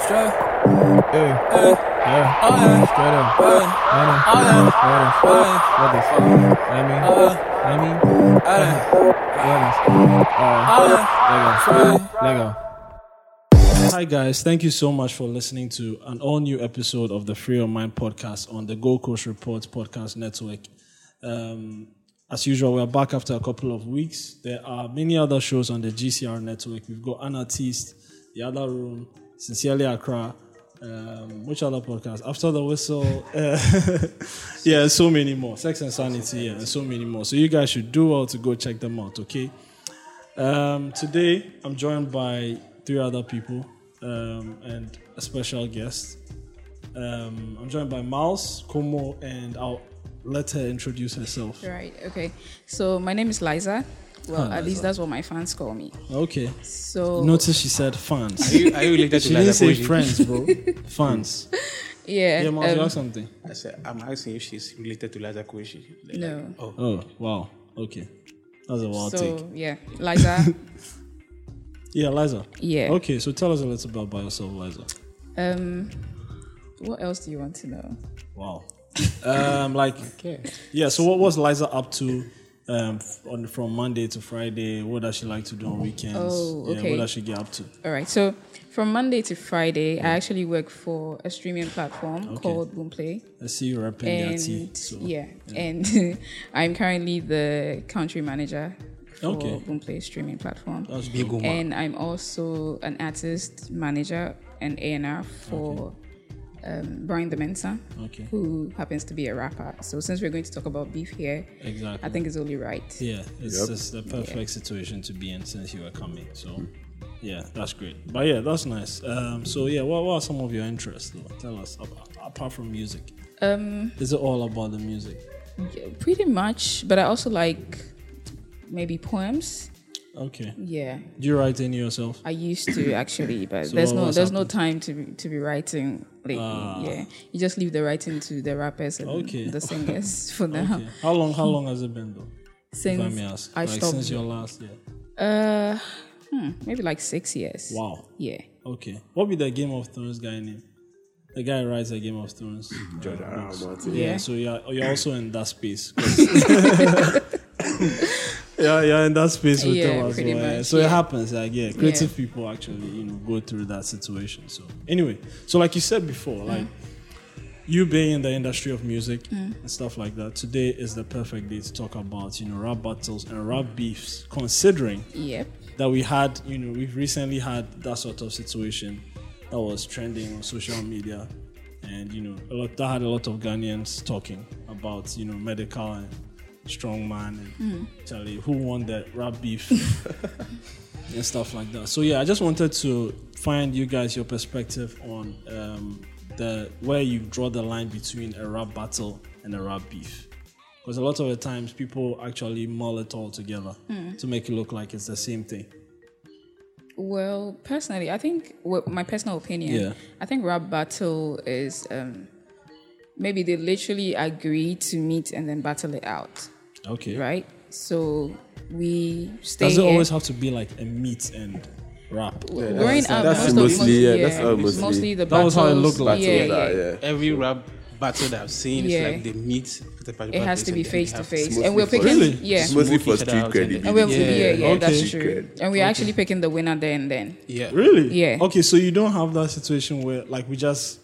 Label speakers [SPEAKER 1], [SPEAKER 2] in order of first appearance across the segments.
[SPEAKER 1] Straight. Hey. Hey. Yeah. Oh, yeah. Straight up. Hey. I know. Oh, yeah. What is? Oh, yeah. What is? I mean. Oh, yeah. I mean. Oh, yeah. What is? Oh, yeah. Lego. Lego.
[SPEAKER 2] Hi, guys. Thank you so much for listening to an all new episode of the Free Your Mind podcast on the Gold Coast Report podcast network. Um, as usual, we're back after a couple of weeks. There are many other shows on the GCR network. We've got Anartist, The Other Room, Sincerely Accra, um, which other podcast? After the Whistle. Uh, yeah, so many more. Sex and Sanity, yeah, and so many more. So you guys should do well to go check them out, okay? Um, today, I'm joined by three other people um, and a special guest. Um, I'm joined by Miles, Como, and I'll let her introduce herself.
[SPEAKER 3] Right. Okay. So my name is Liza. Well,
[SPEAKER 2] Hi,
[SPEAKER 3] at least that's what my fans call me.
[SPEAKER 2] Okay.
[SPEAKER 3] So
[SPEAKER 2] Notice she said fans.
[SPEAKER 4] Are you, are you related to
[SPEAKER 2] She didn't
[SPEAKER 4] Liza
[SPEAKER 2] say
[SPEAKER 4] Boji?
[SPEAKER 2] friends, bro. fans.
[SPEAKER 3] yeah.
[SPEAKER 2] Yeah, Miles, you
[SPEAKER 3] um,
[SPEAKER 2] ask something.
[SPEAKER 4] I said, I'm asking if she's related to Liza Koishi.
[SPEAKER 3] No.
[SPEAKER 4] Oh,
[SPEAKER 2] Oh, wow. Okay. That's a wild take.
[SPEAKER 3] so yeah, Liza.
[SPEAKER 2] Yeah, Liza.
[SPEAKER 3] Yeah.
[SPEAKER 2] Okay, so tell us a little bit about yourself, Liza.
[SPEAKER 3] um, what else do you want to know?
[SPEAKER 2] Wow. Um, like, yeah. So, what was Liza up to um, f- on from Monday to Friday? What does she like to do on weekends?
[SPEAKER 3] Oh,
[SPEAKER 2] Yeah,
[SPEAKER 3] okay.
[SPEAKER 2] what does she get up to?
[SPEAKER 3] All right. So from Monday to Friday, I actually work for a streaming platform
[SPEAKER 2] Okay.
[SPEAKER 3] called Boomplay.
[SPEAKER 2] I see you rapping their tea.
[SPEAKER 3] and
[SPEAKER 2] So.
[SPEAKER 3] yeah, and I'm currently the country manager for
[SPEAKER 2] Okay.
[SPEAKER 3] Boomplay streaming platform.
[SPEAKER 2] That's
[SPEAKER 4] big
[SPEAKER 2] dope.
[SPEAKER 4] woman.
[SPEAKER 3] and I'm also an artist manager and A&R for um, Brian the Mensa,
[SPEAKER 2] Okay.
[SPEAKER 3] who happens to be a rapper. So since we're going to talk about beef here,
[SPEAKER 2] Exactly.
[SPEAKER 3] I think it's only right.
[SPEAKER 2] Yeah, it's just the perfect situation to be in since you were coming. So, yeah, that's great. But yeah, that's nice. Um, so yeah, what, what are some of your interests? Though? Tell us ab- apart from music.
[SPEAKER 3] Um,
[SPEAKER 2] Is it all about the music?
[SPEAKER 3] yeah, pretty much, but I also like maybe poems.
[SPEAKER 2] Okay.
[SPEAKER 3] Yeah,
[SPEAKER 2] Do you write any yourself?
[SPEAKER 3] I used to actually, but
[SPEAKER 2] So
[SPEAKER 3] there's
[SPEAKER 2] what
[SPEAKER 3] no
[SPEAKER 2] was Ah.
[SPEAKER 3] there's no time to be, to be writing lately. yeah, you just leave the writing to the rappers and
[SPEAKER 2] Okay.
[SPEAKER 3] the singers for now.
[SPEAKER 2] Okay. How long? How long has it been though? If I
[SPEAKER 3] Since
[SPEAKER 2] may ask.
[SPEAKER 3] I
[SPEAKER 2] like
[SPEAKER 3] stopped,
[SPEAKER 2] since your last year.
[SPEAKER 3] uh, hmm, maybe like six years.
[SPEAKER 2] Wow.
[SPEAKER 3] Yeah.
[SPEAKER 2] Okay. What be the Game of Thrones guy name? The guy who writes the Game of Thrones.
[SPEAKER 5] George R. R. Martin.
[SPEAKER 2] Yeah.
[SPEAKER 3] Yeah.
[SPEAKER 2] So you're you're also in that space. 'cause- yeah, yeah, in that space with
[SPEAKER 3] Yeah,
[SPEAKER 2] them as well.
[SPEAKER 3] pretty
[SPEAKER 2] yeah.
[SPEAKER 3] much,
[SPEAKER 2] So it
[SPEAKER 3] yeah.
[SPEAKER 2] happens, like yeah, creative people actually you know go through that situation. So anyway, so like you said before, like
[SPEAKER 3] Mm.
[SPEAKER 2] you being in the industry of music and stuff like that, today is the perfect day to talk about you know rap battles and rap beefs, considering
[SPEAKER 3] Yep.
[SPEAKER 2] that we had, you know, we've recently had that sort of situation that was trending on social media, and you know, a lot that had a lot of Ghanaians talking about, you know, medical and strongman and Charlie who won the rap beef and stuff like that. So yeah, I just wanted to find you guys your perspective on um, the where you draw the line between a rap battle and a rap beef. Because a lot of the times people actually mull it all together to make it look like it's the same thing.
[SPEAKER 3] Well, personally, I think well, my personal opinion.
[SPEAKER 2] Yeah.
[SPEAKER 3] I think rap battle is um, maybe they literally agree to meet and then battle it out,
[SPEAKER 2] Okay.
[SPEAKER 3] right? So we stay.
[SPEAKER 2] Does it
[SPEAKER 3] here.
[SPEAKER 2] always have to be like a meat and rap?
[SPEAKER 3] Growing up,
[SPEAKER 5] that's
[SPEAKER 3] most of,
[SPEAKER 5] mostly,
[SPEAKER 3] mostly,
[SPEAKER 5] yeah,
[SPEAKER 3] yeah,
[SPEAKER 5] that's how mostly-
[SPEAKER 3] the
[SPEAKER 2] That was
[SPEAKER 3] battles.
[SPEAKER 2] how it looked like.
[SPEAKER 3] Yeah, yeah.
[SPEAKER 5] yeah.
[SPEAKER 4] Every rap battle that I've seen
[SPEAKER 3] Yeah.
[SPEAKER 4] is like they meet at a particular
[SPEAKER 3] It has
[SPEAKER 4] place
[SPEAKER 3] to be
[SPEAKER 4] and then
[SPEAKER 3] face
[SPEAKER 4] they
[SPEAKER 3] to
[SPEAKER 4] have-
[SPEAKER 3] face,
[SPEAKER 5] mostly
[SPEAKER 3] and we're
[SPEAKER 5] for-
[SPEAKER 3] picking.
[SPEAKER 2] Really?
[SPEAKER 3] Yeah.
[SPEAKER 5] It's mostly
[SPEAKER 4] Smoke
[SPEAKER 5] for
[SPEAKER 4] each other
[SPEAKER 5] street
[SPEAKER 4] out and
[SPEAKER 3] And we're,
[SPEAKER 5] credibility.
[SPEAKER 3] yeah, yeah,
[SPEAKER 2] Okay.
[SPEAKER 3] that's true.
[SPEAKER 5] Secret.
[SPEAKER 3] And we're actually picking the winner there and then.
[SPEAKER 4] Yeah.
[SPEAKER 2] Really?
[SPEAKER 3] Yeah.
[SPEAKER 2] Okay, so you don't have that situation where like we just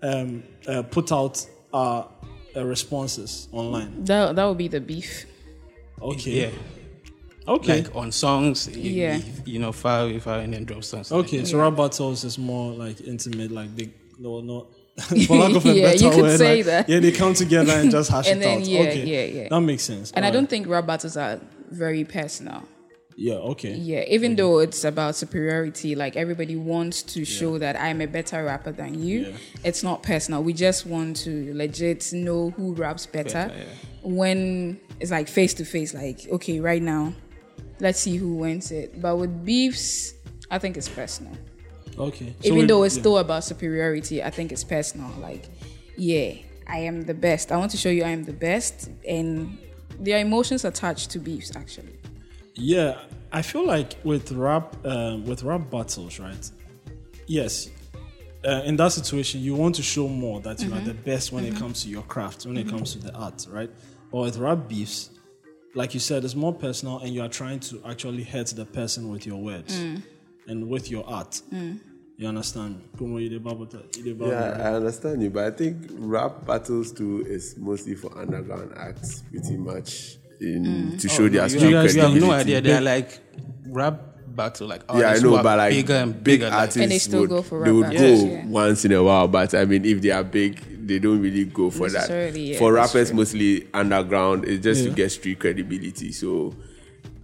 [SPEAKER 2] um, uh, put out our uh, responses online.
[SPEAKER 3] That that would be the beef.
[SPEAKER 2] Okay.
[SPEAKER 4] Yeah.
[SPEAKER 2] Okay.
[SPEAKER 4] Like on songs, you,
[SPEAKER 3] Yeah.
[SPEAKER 4] you know, far away, far away, and then drop songs.
[SPEAKER 2] okay. So rap battles is more like intimate, like they no not. For lack of a
[SPEAKER 3] Yeah,
[SPEAKER 2] better
[SPEAKER 3] you could
[SPEAKER 2] word,
[SPEAKER 3] say
[SPEAKER 2] like,
[SPEAKER 3] that.
[SPEAKER 2] yeah, they come together and just hash
[SPEAKER 3] And
[SPEAKER 2] it
[SPEAKER 3] then,
[SPEAKER 2] out.
[SPEAKER 3] yeah,
[SPEAKER 2] okay,
[SPEAKER 3] yeah, yeah.
[SPEAKER 2] that makes sense.
[SPEAKER 3] And I
[SPEAKER 2] Alright.
[SPEAKER 3] don't think rap battles are very personal.
[SPEAKER 2] yeah, okay,
[SPEAKER 3] Yeah, even
[SPEAKER 2] Mm-hmm.
[SPEAKER 3] though it's about superiority, like everybody wants to show that I'm a better rapper than you.
[SPEAKER 2] Yeah.
[SPEAKER 3] It's not personal. We just want to legit know who raps better.
[SPEAKER 4] Better, yeah.
[SPEAKER 3] When it's like face to face, like okay, right now, let's see who wins it. But with beefs, I think it's personal.
[SPEAKER 2] okay. So
[SPEAKER 3] even
[SPEAKER 2] we-
[SPEAKER 3] though it's
[SPEAKER 2] yeah.
[SPEAKER 3] still about superiority, I think it's personal. Like, yeah, I am the best. I want to show you I am the best, and there are emotions attached to beefs actually.
[SPEAKER 2] Yeah, I feel like with rap um, with rap battles, right? Yes, uh, in that situation, you want to show more that
[SPEAKER 3] Mm-hmm.
[SPEAKER 2] you are the best when it comes to your craft, when it comes to the art, right? But with rap beefs, like you said, it's more personal, and you are trying to actually hurt the person with your words
[SPEAKER 3] Mm.
[SPEAKER 2] and with your art. You understand? me? Kumo, you the bubble tea- you the bubble tea.
[SPEAKER 5] Yeah, I understand you, but I think rap battles too is mostly for underground acts, pretty much, in, to show their
[SPEAKER 4] Mm. Oh, You,
[SPEAKER 5] street
[SPEAKER 4] guys, you have
[SPEAKER 5] credibility.
[SPEAKER 4] no idea. They are like rap battle, like
[SPEAKER 5] yeah, I
[SPEAKER 4] artists who
[SPEAKER 5] know,
[SPEAKER 4] are
[SPEAKER 5] but like
[SPEAKER 4] bigger and
[SPEAKER 5] big
[SPEAKER 4] bigger. like,
[SPEAKER 5] artists,
[SPEAKER 3] And they still
[SPEAKER 5] would,
[SPEAKER 3] go for
[SPEAKER 5] they
[SPEAKER 3] rap
[SPEAKER 5] would
[SPEAKER 3] battles,
[SPEAKER 5] go
[SPEAKER 3] yeah.
[SPEAKER 5] once in a while. But I mean, if they are big, they don't really go for that.
[SPEAKER 3] Necessarily, yeah,
[SPEAKER 5] for
[SPEAKER 3] that's
[SPEAKER 5] rappers, mostly underground, it's just to
[SPEAKER 2] Yeah.
[SPEAKER 5] get street credibility. So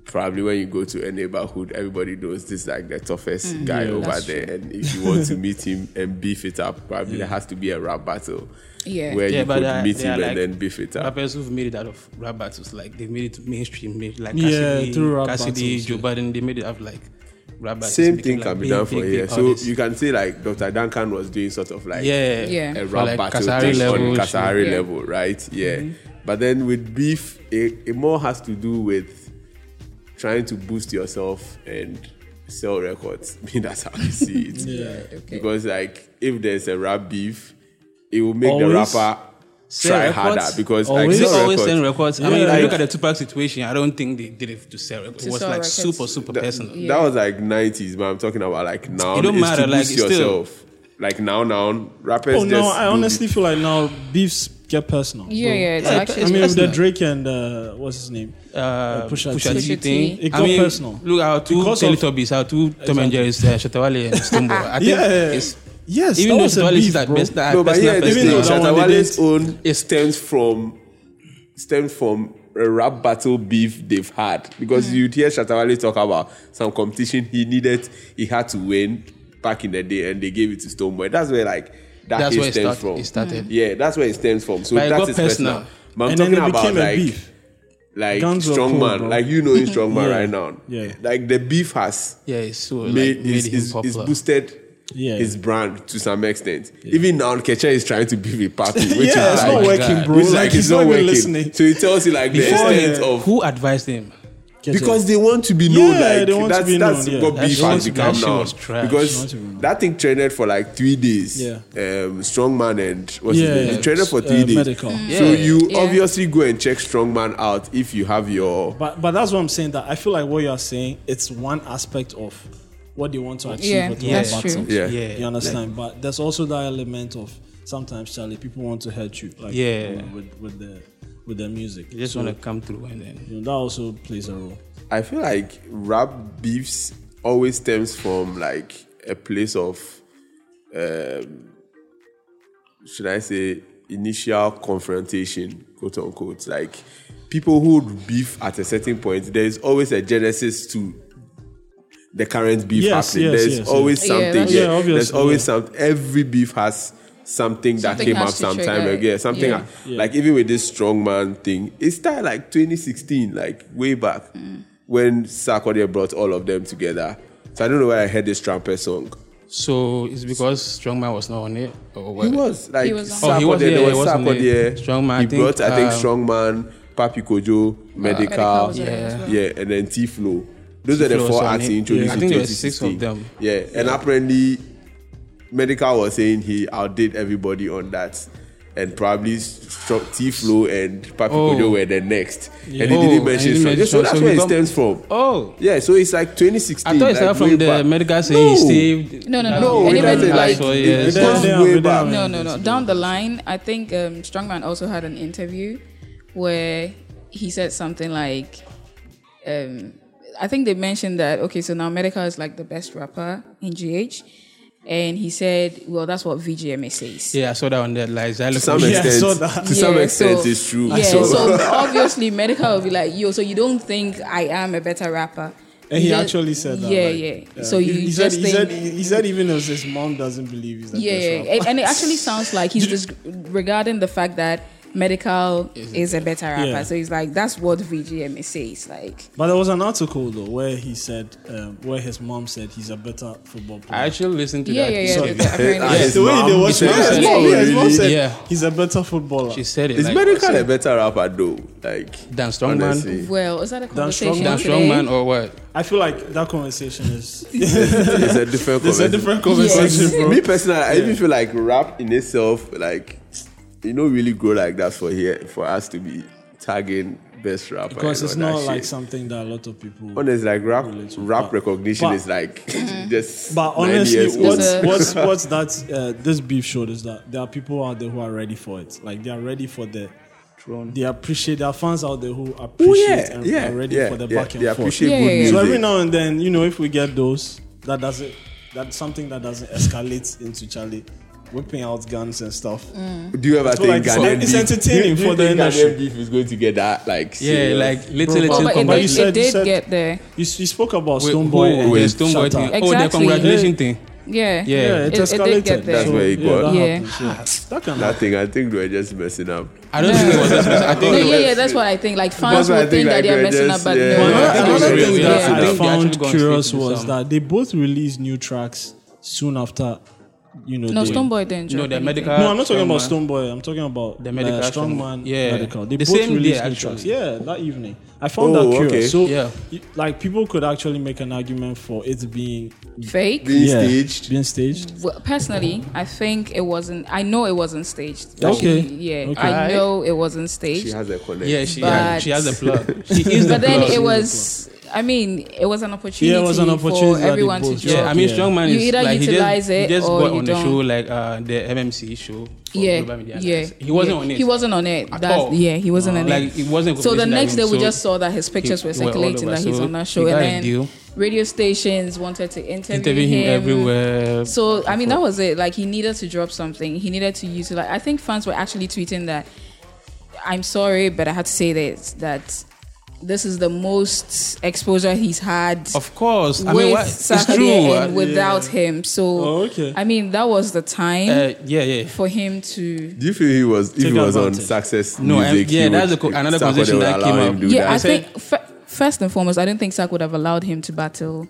[SPEAKER 5] probably when you go to a neighborhood, everybody knows this is like the toughest guy over
[SPEAKER 3] Mm. That's
[SPEAKER 5] there, and if you want to meet him and beef it up, probably there has to be a rap battle.
[SPEAKER 3] Yeah.
[SPEAKER 5] where
[SPEAKER 4] Yeah,
[SPEAKER 5] you
[SPEAKER 4] but
[SPEAKER 5] could
[SPEAKER 4] they are-
[SPEAKER 5] meet
[SPEAKER 4] they are
[SPEAKER 5] him
[SPEAKER 4] like
[SPEAKER 5] and then beef it up.
[SPEAKER 4] Rappers who've made it out of rap battles, like they made it mainstream, made like
[SPEAKER 2] Yeah,
[SPEAKER 4] Cassidy,
[SPEAKER 2] through rap
[SPEAKER 4] Cassidy,
[SPEAKER 2] battles,
[SPEAKER 4] Joe
[SPEAKER 2] yeah.
[SPEAKER 4] Biden, they made it out of like rap battles.
[SPEAKER 5] Same
[SPEAKER 4] became,
[SPEAKER 5] thing
[SPEAKER 4] like,
[SPEAKER 5] can be
[SPEAKER 4] big,
[SPEAKER 5] done for
[SPEAKER 4] big,
[SPEAKER 5] here.
[SPEAKER 4] big
[SPEAKER 5] So
[SPEAKER 4] artists.
[SPEAKER 5] you can say like Dr. Duncan was doing sort of like
[SPEAKER 4] yeah,
[SPEAKER 3] Yeah. For
[SPEAKER 5] a rap
[SPEAKER 4] like
[SPEAKER 5] battle
[SPEAKER 4] Kasari
[SPEAKER 5] thing
[SPEAKER 4] level,
[SPEAKER 5] on
[SPEAKER 4] shit.
[SPEAKER 3] Yeah.
[SPEAKER 5] Kasari
[SPEAKER 3] Mm-hmm.
[SPEAKER 5] level, right? Yeah. But then with beef, it, it more has to do with trying to boost yourself and sell records. I mean, that's how I see it.
[SPEAKER 2] Yeah.
[SPEAKER 3] Okay.
[SPEAKER 5] Because like if there's a rap beef, it will make
[SPEAKER 2] Always
[SPEAKER 5] the rapper
[SPEAKER 4] Sell
[SPEAKER 5] try harder
[SPEAKER 4] records.
[SPEAKER 5] because
[SPEAKER 2] Always-
[SPEAKER 5] like
[SPEAKER 4] They
[SPEAKER 5] sell
[SPEAKER 4] always
[SPEAKER 5] records-
[SPEAKER 4] sell records. I mean, if
[SPEAKER 2] Yeah.
[SPEAKER 4] you look at the Tupac situation, I don't think they did it to sell records.
[SPEAKER 3] To
[SPEAKER 4] It was
[SPEAKER 3] sell
[SPEAKER 4] like
[SPEAKER 3] records.
[SPEAKER 4] super, super personal.
[SPEAKER 3] Yeah.
[SPEAKER 5] That was like nineties, but I'm talking about like now.
[SPEAKER 4] It don't
[SPEAKER 5] it's to
[SPEAKER 4] matter, like,
[SPEAKER 5] boost
[SPEAKER 4] it's still-
[SPEAKER 5] yourself. Like now, now rappers.
[SPEAKER 2] Oh
[SPEAKER 5] just
[SPEAKER 2] no, I
[SPEAKER 5] do
[SPEAKER 2] honestly
[SPEAKER 5] it.
[SPEAKER 2] feel like now beefs get personal.
[SPEAKER 3] Yeah,
[SPEAKER 2] So,
[SPEAKER 3] yeah, it's
[SPEAKER 2] I,
[SPEAKER 3] actually
[SPEAKER 2] I mean, with the
[SPEAKER 4] personal.
[SPEAKER 2] Drake and uh, what's his name?
[SPEAKER 4] Uh,
[SPEAKER 2] Pusha
[SPEAKER 4] Pusha, T
[SPEAKER 2] T.
[SPEAKER 3] Pusha
[SPEAKER 4] thing.
[SPEAKER 2] T. It
[SPEAKER 4] I
[SPEAKER 2] got
[SPEAKER 4] mean,
[SPEAKER 2] personal.
[SPEAKER 4] look, our two
[SPEAKER 2] Because of-
[SPEAKER 4] Teletubbies, our two Tom and Jerry's, uh, Shatawale and Stumbo. I think
[SPEAKER 2] Yeah.
[SPEAKER 4] it's,
[SPEAKER 2] Yes,
[SPEAKER 4] even
[SPEAKER 2] that
[SPEAKER 4] though
[SPEAKER 2] was a
[SPEAKER 4] Shatawale
[SPEAKER 2] beef,
[SPEAKER 4] is that
[SPEAKER 2] bro.
[SPEAKER 4] best, that
[SPEAKER 5] No, but
[SPEAKER 4] personal
[SPEAKER 5] yeah, the
[SPEAKER 4] person,
[SPEAKER 5] thing
[SPEAKER 2] though
[SPEAKER 5] is
[SPEAKER 2] that one
[SPEAKER 5] Shatawale's
[SPEAKER 2] didn't-
[SPEAKER 5] own it stems from stems from a rap battle beef they've had because you'd hear Shatawale talk about some competition he needed, he had to win back in the day, and they gave it to Stoneboy. That's where like that
[SPEAKER 4] That's
[SPEAKER 5] hate
[SPEAKER 4] where it
[SPEAKER 5] stems
[SPEAKER 4] start-
[SPEAKER 5] from. Hmm.
[SPEAKER 4] it started.
[SPEAKER 5] Yeah, that's where it stems from. So
[SPEAKER 4] But it
[SPEAKER 5] that
[SPEAKER 4] got
[SPEAKER 5] is personal.
[SPEAKER 4] personal.
[SPEAKER 5] But I'm
[SPEAKER 2] and then
[SPEAKER 5] talking
[SPEAKER 2] it
[SPEAKER 5] about
[SPEAKER 2] became a
[SPEAKER 5] like
[SPEAKER 2] beef.
[SPEAKER 5] like
[SPEAKER 2] Guns were
[SPEAKER 5] strong
[SPEAKER 2] cool,
[SPEAKER 5] man,
[SPEAKER 2] bro.
[SPEAKER 5] like you know, in strong man
[SPEAKER 2] Yeah.
[SPEAKER 5] right now.
[SPEAKER 2] Yeah.
[SPEAKER 5] like the beef has
[SPEAKER 4] Yeah, it's so like,
[SPEAKER 5] made,
[SPEAKER 4] made,
[SPEAKER 5] is,
[SPEAKER 4] him
[SPEAKER 5] is, is
[SPEAKER 4] popular.
[SPEAKER 5] boosted.
[SPEAKER 2] Yeah.
[SPEAKER 5] His brand to some extent. Even now, Kecha is trying to beef with Papi, which
[SPEAKER 2] yeah,
[SPEAKER 5] is
[SPEAKER 2] it's
[SPEAKER 5] like,
[SPEAKER 2] not
[SPEAKER 4] my
[SPEAKER 2] working,
[SPEAKER 4] God.
[SPEAKER 2] bro.
[SPEAKER 5] which is like, it's
[SPEAKER 2] he's
[SPEAKER 5] not
[SPEAKER 2] even
[SPEAKER 5] working.
[SPEAKER 2] listening.
[SPEAKER 5] So it tells you like the
[SPEAKER 2] Before-
[SPEAKER 5] extent
[SPEAKER 2] Oh, Yeah.
[SPEAKER 5] of
[SPEAKER 4] Who advised him?
[SPEAKER 2] Get it.
[SPEAKER 5] because they want to be known.
[SPEAKER 2] Yeah,
[SPEAKER 5] like
[SPEAKER 2] they want to
[SPEAKER 5] that's,
[SPEAKER 2] be
[SPEAKER 5] that's
[SPEAKER 2] known, yeah.
[SPEAKER 5] what
[SPEAKER 2] That
[SPEAKER 5] beef
[SPEAKER 4] shit
[SPEAKER 5] has
[SPEAKER 4] was-
[SPEAKER 5] become
[SPEAKER 4] that shit
[SPEAKER 5] now.
[SPEAKER 4] was trash.
[SPEAKER 2] She wants
[SPEAKER 5] Because
[SPEAKER 2] to be known.
[SPEAKER 5] that thing trended for like three days.
[SPEAKER 2] Yeah.
[SPEAKER 5] Um, Strongman and what's
[SPEAKER 2] Yeah,
[SPEAKER 5] his name?
[SPEAKER 2] yeah.
[SPEAKER 5] It trended for
[SPEAKER 2] Uh,
[SPEAKER 5] three days.
[SPEAKER 2] medical.
[SPEAKER 3] Mm.
[SPEAKER 5] So
[SPEAKER 4] Yeah.
[SPEAKER 5] you
[SPEAKER 3] Yeah.
[SPEAKER 5] obviously go and check Strongman out if you have your.
[SPEAKER 2] But but that's what I'm saying. That I feel like what you are saying, it's one aspect of what they want to achieve
[SPEAKER 3] Yeah,
[SPEAKER 2] with
[SPEAKER 3] that's
[SPEAKER 2] rap
[SPEAKER 3] true.
[SPEAKER 2] battles.
[SPEAKER 5] Yeah.
[SPEAKER 4] Yeah,
[SPEAKER 2] you understand. but there's also that element of sometimes, Charlie, people want to hurt you, like
[SPEAKER 4] Yeah.
[SPEAKER 2] you know, with with the with their music.
[SPEAKER 4] They just want to come through and then.
[SPEAKER 2] You know, that also plays a role.
[SPEAKER 5] I feel like rap beefs always stems from like a place of, um, should I say, initial confrontation, quote unquote. Like people who would beef at a certain point, there is always a genesis to the current beef
[SPEAKER 2] Yes,
[SPEAKER 5] happening.
[SPEAKER 2] yes,
[SPEAKER 5] there's
[SPEAKER 2] yes,
[SPEAKER 5] always
[SPEAKER 3] yes. Yeah,
[SPEAKER 5] something.
[SPEAKER 3] that's
[SPEAKER 5] Yeah,
[SPEAKER 2] true. Yeah,
[SPEAKER 5] there's
[SPEAKER 2] obviously,
[SPEAKER 5] always some. Every beef has something, that
[SPEAKER 3] Something
[SPEAKER 5] came
[SPEAKER 3] has
[SPEAKER 5] up
[SPEAKER 3] to
[SPEAKER 5] some time
[SPEAKER 3] trigger
[SPEAKER 5] ago.
[SPEAKER 3] it.
[SPEAKER 5] Yeah, something
[SPEAKER 3] Yeah.
[SPEAKER 5] I- like even with this strongman thing, it started like 2016, like way back
[SPEAKER 3] Mm.
[SPEAKER 5] when Sarkodie brought all of them together. So I don't know where I heard this trumpet song.
[SPEAKER 4] So it's because Strongman was not on it, or what?
[SPEAKER 5] He was like
[SPEAKER 3] He was on-
[SPEAKER 4] Oh, he was
[SPEAKER 5] Sarkodie,
[SPEAKER 4] there,
[SPEAKER 5] there was
[SPEAKER 4] he was on
[SPEAKER 5] Sarkodie.
[SPEAKER 4] the Strongman, I
[SPEAKER 5] He
[SPEAKER 4] think, uh,
[SPEAKER 5] brought I think
[SPEAKER 4] um,
[SPEAKER 5] strongman, Papi Kojo, medical,
[SPEAKER 3] Medical was
[SPEAKER 5] yeah.
[SPEAKER 3] there as well.
[SPEAKER 5] and then T Flow. Those are the
[SPEAKER 4] T-Flow
[SPEAKER 5] four
[SPEAKER 4] was on
[SPEAKER 5] acts
[SPEAKER 4] it.
[SPEAKER 5] he introduced.
[SPEAKER 4] Yeah. I
[SPEAKER 5] in
[SPEAKER 4] think there were six
[SPEAKER 5] 2016.
[SPEAKER 4] of them.
[SPEAKER 5] Yeah, and apparently Medical was saying he outdid everybody on that. And probably T Flow and Papi
[SPEAKER 4] Oh.
[SPEAKER 5] Kojo were the next. And he
[SPEAKER 4] Oh,
[SPEAKER 5] didn't
[SPEAKER 4] and he
[SPEAKER 5] mention
[SPEAKER 4] didn't
[SPEAKER 5] Strong.
[SPEAKER 4] mention
[SPEAKER 5] So that's
[SPEAKER 4] Strong. So
[SPEAKER 5] where
[SPEAKER 4] he
[SPEAKER 5] it
[SPEAKER 4] got-
[SPEAKER 5] stems from.
[SPEAKER 4] Oh.
[SPEAKER 5] Yeah, so it's like 2016.
[SPEAKER 4] I thought it
[SPEAKER 5] like
[SPEAKER 4] started
[SPEAKER 5] way
[SPEAKER 4] from the
[SPEAKER 5] back.
[SPEAKER 4] medical saying he
[SPEAKER 5] No.
[SPEAKER 4] saved.
[SPEAKER 3] No, no, no.
[SPEAKER 5] No,
[SPEAKER 3] And
[SPEAKER 5] it
[SPEAKER 3] even
[SPEAKER 5] doesn't like
[SPEAKER 3] like-
[SPEAKER 4] so,
[SPEAKER 5] it-
[SPEAKER 4] yeah,
[SPEAKER 5] it
[SPEAKER 4] so-
[SPEAKER 2] does-
[SPEAKER 5] goes
[SPEAKER 2] down,
[SPEAKER 5] way
[SPEAKER 2] down.
[SPEAKER 5] back.
[SPEAKER 3] No, no, no. Down the line, I think um, Strongman also had an interview where he said something like, um, I think they mentioned that, okay, so now Medica is like the best rapper in GH. And he said, well, that's what VGMA says.
[SPEAKER 4] Yeah, I saw that on the like
[SPEAKER 5] to some
[SPEAKER 4] Xylophone.
[SPEAKER 2] Yeah, I
[SPEAKER 5] extent,
[SPEAKER 2] saw that.
[SPEAKER 5] to some
[SPEAKER 3] Yeah,
[SPEAKER 5] extent,
[SPEAKER 3] so-
[SPEAKER 5] it's true.
[SPEAKER 3] Yeah, so, obviously Medica will be like, yo, so you don't think I am a better rapper?
[SPEAKER 2] And he
[SPEAKER 3] You just-
[SPEAKER 2] actually said that.
[SPEAKER 3] Yeah,
[SPEAKER 2] like,
[SPEAKER 3] yeah. So
[SPEAKER 2] he,
[SPEAKER 3] you
[SPEAKER 2] he said,
[SPEAKER 3] just
[SPEAKER 2] he
[SPEAKER 3] think,
[SPEAKER 2] said he said even if his mom doesn't believe he's the
[SPEAKER 3] yeah,
[SPEAKER 2] best rapper.
[SPEAKER 3] and, and it actually sounds like he's disregarding the fact that medical is a better rapper.
[SPEAKER 2] Yeah.
[SPEAKER 3] So it's like that's what VGMA says. Like
[SPEAKER 2] But there was an article though where he said, um, where his mom said he's a better football player.
[SPEAKER 4] I actually listened to
[SPEAKER 3] yeah,
[SPEAKER 4] that.
[SPEAKER 3] yeah, yeah.
[SPEAKER 4] So-
[SPEAKER 3] yeah, apparently.
[SPEAKER 5] I-
[SPEAKER 2] the way they
[SPEAKER 4] Mom,
[SPEAKER 2] watch
[SPEAKER 4] he said
[SPEAKER 2] his
[SPEAKER 4] that.
[SPEAKER 2] mom,
[SPEAKER 5] Yeah,
[SPEAKER 2] his mom
[SPEAKER 5] really?
[SPEAKER 2] said
[SPEAKER 4] Yeah.
[SPEAKER 2] he's a better footballer.
[SPEAKER 4] She said it.
[SPEAKER 5] Is
[SPEAKER 4] like,
[SPEAKER 5] medical
[SPEAKER 4] also-
[SPEAKER 5] a better rapper though? Like
[SPEAKER 4] Than Strongman?
[SPEAKER 5] honestly.
[SPEAKER 3] well, is that a
[SPEAKER 2] Strongman-
[SPEAKER 3] conversation?
[SPEAKER 4] Than
[SPEAKER 3] today?
[SPEAKER 4] Strongman or what?
[SPEAKER 2] I feel like that conversation is
[SPEAKER 5] It's a different
[SPEAKER 2] it's a
[SPEAKER 5] conversation.
[SPEAKER 2] different
[SPEAKER 3] Yes.
[SPEAKER 2] conversation, bro.
[SPEAKER 5] Me personally, I even feel like rap in itself, like you know, really grow like that for here for us to be tagging best rapper.
[SPEAKER 2] Because
[SPEAKER 5] and
[SPEAKER 2] it's
[SPEAKER 5] all
[SPEAKER 2] not
[SPEAKER 5] that
[SPEAKER 2] like
[SPEAKER 5] shit.
[SPEAKER 2] something that a lot of people.
[SPEAKER 5] Honestly, like rap,
[SPEAKER 2] Religion,
[SPEAKER 5] rap
[SPEAKER 2] but-
[SPEAKER 5] recognition
[SPEAKER 2] but-
[SPEAKER 5] is like
[SPEAKER 3] Mm-hmm.
[SPEAKER 5] just.
[SPEAKER 2] But
[SPEAKER 5] nine
[SPEAKER 2] honestly,
[SPEAKER 5] years old.
[SPEAKER 2] what's,
[SPEAKER 3] There's a-
[SPEAKER 2] what's what's that? Uh, this beef showed is that there are people out there who are ready for it. Like they are ready for the. They appreciate there are fans out there who appreciate
[SPEAKER 5] yeah,
[SPEAKER 2] and
[SPEAKER 5] yeah,
[SPEAKER 2] are ready
[SPEAKER 5] yeah,
[SPEAKER 2] for the
[SPEAKER 5] yeah,
[SPEAKER 2] back
[SPEAKER 5] they
[SPEAKER 2] and forth.
[SPEAKER 5] appreciate
[SPEAKER 3] Yeah,
[SPEAKER 5] good
[SPEAKER 3] yeah, yeah.
[SPEAKER 5] music.
[SPEAKER 2] So every now and then, you know, if we get those, that doesn't that's something that doesn't escalate into Charlie whipping out guns and stuff.
[SPEAKER 3] Mm.
[SPEAKER 5] do you ever
[SPEAKER 2] It's more
[SPEAKER 5] think
[SPEAKER 2] like-
[SPEAKER 5] Ghanaian
[SPEAKER 2] it's
[SPEAKER 5] beef-
[SPEAKER 2] entertaining
[SPEAKER 5] do you
[SPEAKER 2] for the
[SPEAKER 5] think Ghanaian
[SPEAKER 2] industry.
[SPEAKER 5] beef is going to get that like
[SPEAKER 4] Yeah,
[SPEAKER 5] serious?
[SPEAKER 4] like little
[SPEAKER 2] Bro,
[SPEAKER 3] Well,
[SPEAKER 4] little
[SPEAKER 3] but it
[SPEAKER 2] But you
[SPEAKER 4] congratulations.
[SPEAKER 3] did,
[SPEAKER 2] said- you
[SPEAKER 3] it did
[SPEAKER 2] said-
[SPEAKER 3] get there.
[SPEAKER 2] You, s- you spoke about
[SPEAKER 4] Wait,
[SPEAKER 2] Stone
[SPEAKER 4] who-
[SPEAKER 2] Boy and
[SPEAKER 4] wait,
[SPEAKER 2] his
[SPEAKER 4] Stone Boy
[SPEAKER 2] shut
[SPEAKER 4] thing.
[SPEAKER 2] up.
[SPEAKER 4] Oh, the
[SPEAKER 3] Exactly.
[SPEAKER 4] congratulation thing.
[SPEAKER 3] Yeah.
[SPEAKER 4] Yeah.
[SPEAKER 2] Yeah, it,
[SPEAKER 3] It- it did
[SPEAKER 2] escalated.
[SPEAKER 3] get there.
[SPEAKER 5] That's where it
[SPEAKER 2] yeah,
[SPEAKER 5] got.
[SPEAKER 2] That,
[SPEAKER 3] Yeah.
[SPEAKER 2] happens, yeah. that can
[SPEAKER 5] that thing. I think they were just messing up.
[SPEAKER 4] I don't think it was. I
[SPEAKER 3] No,
[SPEAKER 4] think it
[SPEAKER 3] yeah,
[SPEAKER 4] was.
[SPEAKER 3] yeah, that's what I think. Like fans
[SPEAKER 5] Because I
[SPEAKER 3] would think
[SPEAKER 5] think,
[SPEAKER 3] that
[SPEAKER 5] like,
[SPEAKER 3] they're
[SPEAKER 5] we're
[SPEAKER 3] messing
[SPEAKER 5] just-
[SPEAKER 3] up, but
[SPEAKER 5] yeah,
[SPEAKER 3] no.
[SPEAKER 5] yeah,
[SPEAKER 2] But
[SPEAKER 5] I think
[SPEAKER 2] another
[SPEAKER 5] it's
[SPEAKER 2] thing
[SPEAKER 5] real.
[SPEAKER 2] that I
[SPEAKER 5] Yeah.
[SPEAKER 4] They actually
[SPEAKER 2] found
[SPEAKER 4] go and
[SPEAKER 2] curious
[SPEAKER 4] speak to
[SPEAKER 2] was
[SPEAKER 4] some.
[SPEAKER 2] that they both released new tracks soon after, you know.
[SPEAKER 3] No,
[SPEAKER 2] they-
[SPEAKER 3] Stone Boy didn't.
[SPEAKER 4] No,
[SPEAKER 3] drop
[SPEAKER 4] the
[SPEAKER 3] anything.
[SPEAKER 4] medical-
[SPEAKER 2] No, I'm not talking about
[SPEAKER 4] Strongman.
[SPEAKER 2] Stone Boy. I'm talking about
[SPEAKER 4] The medical
[SPEAKER 2] uh, strong
[SPEAKER 4] Strongman.
[SPEAKER 2] man.
[SPEAKER 4] Yeah.
[SPEAKER 2] medical. They
[SPEAKER 4] The
[SPEAKER 2] both
[SPEAKER 4] same day,
[SPEAKER 2] released new
[SPEAKER 4] actually.
[SPEAKER 2] tracks. Yeah, that evening. I found
[SPEAKER 5] Oh,
[SPEAKER 2] that curious. So,
[SPEAKER 5] okay.
[SPEAKER 4] Yeah.
[SPEAKER 2] y- like, people could actually make an argument for it being
[SPEAKER 3] Fake.
[SPEAKER 5] Being
[SPEAKER 2] yeah,
[SPEAKER 5] staged.
[SPEAKER 2] Being staged.
[SPEAKER 3] Well, personally, I think it wasn't. I know it wasn't staged.
[SPEAKER 2] Okay.
[SPEAKER 3] Actually, Yeah,
[SPEAKER 2] Okay.
[SPEAKER 3] I
[SPEAKER 4] Alright.
[SPEAKER 3] know it wasn't
[SPEAKER 5] She
[SPEAKER 3] staged.
[SPEAKER 5] has a connection.
[SPEAKER 4] Yeah, she,
[SPEAKER 3] But-
[SPEAKER 4] she has a plug. She is the
[SPEAKER 3] But then
[SPEAKER 4] plug.
[SPEAKER 3] it was. I mean, it was an opportunity.
[SPEAKER 2] Yeah, it was an opportunity
[SPEAKER 3] for
[SPEAKER 2] that they
[SPEAKER 3] everyone to
[SPEAKER 2] both-
[SPEAKER 3] drop.
[SPEAKER 4] Yeah, I mean,
[SPEAKER 2] Yeah.
[SPEAKER 4] Strongman
[SPEAKER 3] You
[SPEAKER 4] is
[SPEAKER 3] either
[SPEAKER 4] like he
[SPEAKER 3] utilize
[SPEAKER 4] just,
[SPEAKER 3] it
[SPEAKER 4] he just
[SPEAKER 3] or
[SPEAKER 4] got
[SPEAKER 3] you
[SPEAKER 4] on the
[SPEAKER 3] don't.
[SPEAKER 4] show like uh, the MMC show. For
[SPEAKER 3] yeah,
[SPEAKER 4] Global Media
[SPEAKER 3] yeah.
[SPEAKER 4] Analysis. he wasn't
[SPEAKER 3] yeah.
[SPEAKER 4] on it.
[SPEAKER 3] He wasn't on it.
[SPEAKER 4] At
[SPEAKER 3] That's,
[SPEAKER 4] all.
[SPEAKER 3] Yeah, he wasn't on
[SPEAKER 4] like
[SPEAKER 3] it.
[SPEAKER 4] it wasn't.
[SPEAKER 3] So the
[SPEAKER 4] competition
[SPEAKER 3] next
[SPEAKER 4] like
[SPEAKER 3] day,
[SPEAKER 4] him,
[SPEAKER 3] we
[SPEAKER 4] so
[SPEAKER 3] just saw that his pictures were
[SPEAKER 4] were all
[SPEAKER 3] circulating
[SPEAKER 4] over,
[SPEAKER 3] that he's
[SPEAKER 4] so
[SPEAKER 3] on that
[SPEAKER 4] he
[SPEAKER 3] show,
[SPEAKER 4] got a
[SPEAKER 3] and
[SPEAKER 4] deal.
[SPEAKER 3] then radio stations wanted to interview,
[SPEAKER 4] interview him everywhere.
[SPEAKER 3] So I mean, that was it. Like he needed to drop something. He needed to utilize. I think fans were actually tweeting that. I'm sorry, but I had to say this that this is the most exposure he's had
[SPEAKER 4] Of course, I
[SPEAKER 3] with
[SPEAKER 4] mean, what, it's
[SPEAKER 3] Saturday
[SPEAKER 4] true.
[SPEAKER 3] and
[SPEAKER 4] uh,
[SPEAKER 3] without him. So
[SPEAKER 2] Oh, okay.
[SPEAKER 3] I mean, that was the time
[SPEAKER 4] uh, yeah, yeah.
[SPEAKER 3] for him to.
[SPEAKER 5] Do you feel he was if
[SPEAKER 2] Take
[SPEAKER 5] he was on
[SPEAKER 2] advantage.
[SPEAKER 5] success
[SPEAKER 4] No, I-
[SPEAKER 5] music?
[SPEAKER 4] yeah,
[SPEAKER 5] he
[SPEAKER 4] that's
[SPEAKER 5] would-
[SPEAKER 4] a co- another
[SPEAKER 5] Sarkodie
[SPEAKER 4] conversation
[SPEAKER 5] would
[SPEAKER 4] that
[SPEAKER 5] allow
[SPEAKER 4] came
[SPEAKER 5] him
[SPEAKER 4] up.
[SPEAKER 5] do
[SPEAKER 3] Yeah,
[SPEAKER 5] that.
[SPEAKER 3] I
[SPEAKER 4] said-
[SPEAKER 3] think f- first and foremost, I don't think Sack would have allowed him to battle.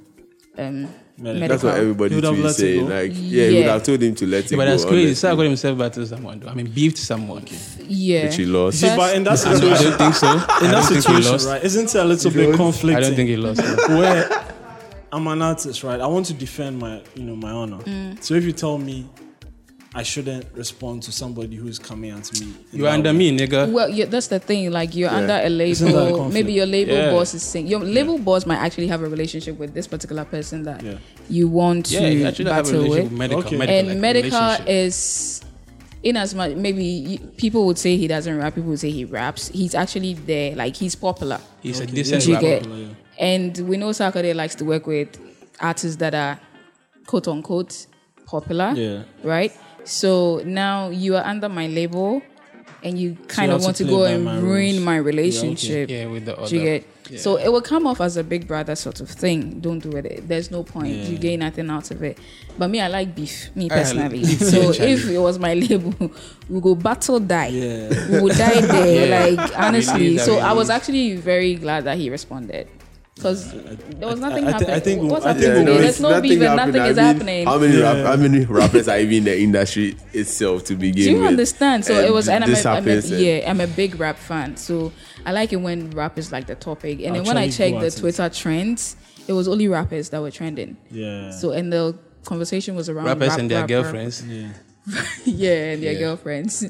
[SPEAKER 3] Um, medical.
[SPEAKER 5] That's what everybody
[SPEAKER 2] He would have
[SPEAKER 5] tweets
[SPEAKER 2] let it
[SPEAKER 5] saying.
[SPEAKER 2] go.
[SPEAKER 5] Like, yeah, he would
[SPEAKER 3] Yeah.
[SPEAKER 5] have told him to let it
[SPEAKER 4] But
[SPEAKER 5] go.
[SPEAKER 4] that's crazy.
[SPEAKER 5] honestly,
[SPEAKER 4] Sarah got himself back to someone. though. I mean, beefed someone.
[SPEAKER 3] yeah.
[SPEAKER 5] Which he lost.
[SPEAKER 2] See, but in that
[SPEAKER 4] I don't, I
[SPEAKER 2] situation,
[SPEAKER 4] don't think so.
[SPEAKER 2] in
[SPEAKER 4] I
[SPEAKER 2] that
[SPEAKER 4] don't think he
[SPEAKER 2] situation,
[SPEAKER 4] lost.
[SPEAKER 2] right, isn't it a little bit conflicting?
[SPEAKER 4] I don't think he lost.
[SPEAKER 2] where I'm an artist, right? I want to defend my, you know, my honor. So if you tell me I shouldn't respond to somebody who's coming at me, in
[SPEAKER 4] You're
[SPEAKER 2] that
[SPEAKER 4] under
[SPEAKER 2] way-
[SPEAKER 4] me, nigga.
[SPEAKER 3] Well, yeah, that's the thing. Like you're under a
[SPEAKER 2] Isn't that a
[SPEAKER 3] label.
[SPEAKER 2] conflict?
[SPEAKER 3] Maybe your label
[SPEAKER 4] Yeah.
[SPEAKER 3] boss is saying your label boss might actually have a relationship with this particular person that
[SPEAKER 2] Yeah.
[SPEAKER 3] you want
[SPEAKER 4] Yeah, he
[SPEAKER 3] to
[SPEAKER 4] actually have a
[SPEAKER 3] battle
[SPEAKER 4] relationship
[SPEAKER 3] with.
[SPEAKER 4] with medical.
[SPEAKER 2] Okay.
[SPEAKER 4] medical
[SPEAKER 3] and
[SPEAKER 4] like,
[SPEAKER 3] medical
[SPEAKER 4] relationship.
[SPEAKER 3] is, in as much maybe y- people would say he doesn't rap. People would say he raps. He's actually there. Like he's popular.
[SPEAKER 4] He's a
[SPEAKER 2] Okay,
[SPEAKER 4] decent
[SPEAKER 3] Do you
[SPEAKER 2] yeah,
[SPEAKER 4] rapper.
[SPEAKER 3] get-
[SPEAKER 2] yeah.
[SPEAKER 3] And we know Sarkodie likes to work with artists that are quote unquote popular.
[SPEAKER 2] Yeah.
[SPEAKER 3] Right? So now you are under my label and you kind
[SPEAKER 2] have
[SPEAKER 3] of
[SPEAKER 2] to
[SPEAKER 3] want to
[SPEAKER 2] play
[SPEAKER 3] go
[SPEAKER 2] by
[SPEAKER 3] and
[SPEAKER 2] my
[SPEAKER 3] ruin
[SPEAKER 2] rules.
[SPEAKER 3] my relationship.
[SPEAKER 4] Yeah, with the
[SPEAKER 3] Do you
[SPEAKER 4] other.
[SPEAKER 3] get? So it will come off as a big brother sort of thing. Don't do it. There's no point. You
[SPEAKER 2] Yeah.
[SPEAKER 3] gain nothing out of it. But me, I like beef, me
[SPEAKER 4] I like
[SPEAKER 3] personally.
[SPEAKER 4] beef,
[SPEAKER 3] so
[SPEAKER 4] yeah,
[SPEAKER 3] if it was my label, we go battle die.
[SPEAKER 2] Yeah.
[SPEAKER 3] We would die there.
[SPEAKER 4] Yeah.
[SPEAKER 3] Like honestly.
[SPEAKER 4] Really, that
[SPEAKER 3] so I
[SPEAKER 4] really
[SPEAKER 3] was
[SPEAKER 4] is.
[SPEAKER 3] actually very glad that he responded. Because there was nothing
[SPEAKER 2] I- I thi- I
[SPEAKER 3] happening.
[SPEAKER 2] think we'll-
[SPEAKER 3] What's
[SPEAKER 2] I
[SPEAKER 3] happening?
[SPEAKER 2] think we'll-
[SPEAKER 3] today?
[SPEAKER 5] it's
[SPEAKER 3] There's no beef and nothing
[SPEAKER 5] happened.
[SPEAKER 3] is
[SPEAKER 5] I mean,
[SPEAKER 3] happening.
[SPEAKER 5] How many rap, how many rappers are even in the industry itself to begin
[SPEAKER 3] Do you
[SPEAKER 5] with?
[SPEAKER 3] understand? So it was, and I'm a,
[SPEAKER 5] this
[SPEAKER 3] I'm a,
[SPEAKER 5] happens. and-
[SPEAKER 3] yeah, I'm a big rap fan. So I like it when rap is like the topic. And then when I
[SPEAKER 2] Actually
[SPEAKER 3] checked
[SPEAKER 2] go
[SPEAKER 3] the
[SPEAKER 2] at it.
[SPEAKER 3] Twitter trends, it was only rappers that were trending.
[SPEAKER 2] Yeah.
[SPEAKER 3] So and the conversation was around
[SPEAKER 4] Rappers
[SPEAKER 3] rap,
[SPEAKER 4] and their
[SPEAKER 3] rap, rap.
[SPEAKER 4] girlfriends.
[SPEAKER 3] yeah, and their
[SPEAKER 4] Yeah.
[SPEAKER 3] girlfriends.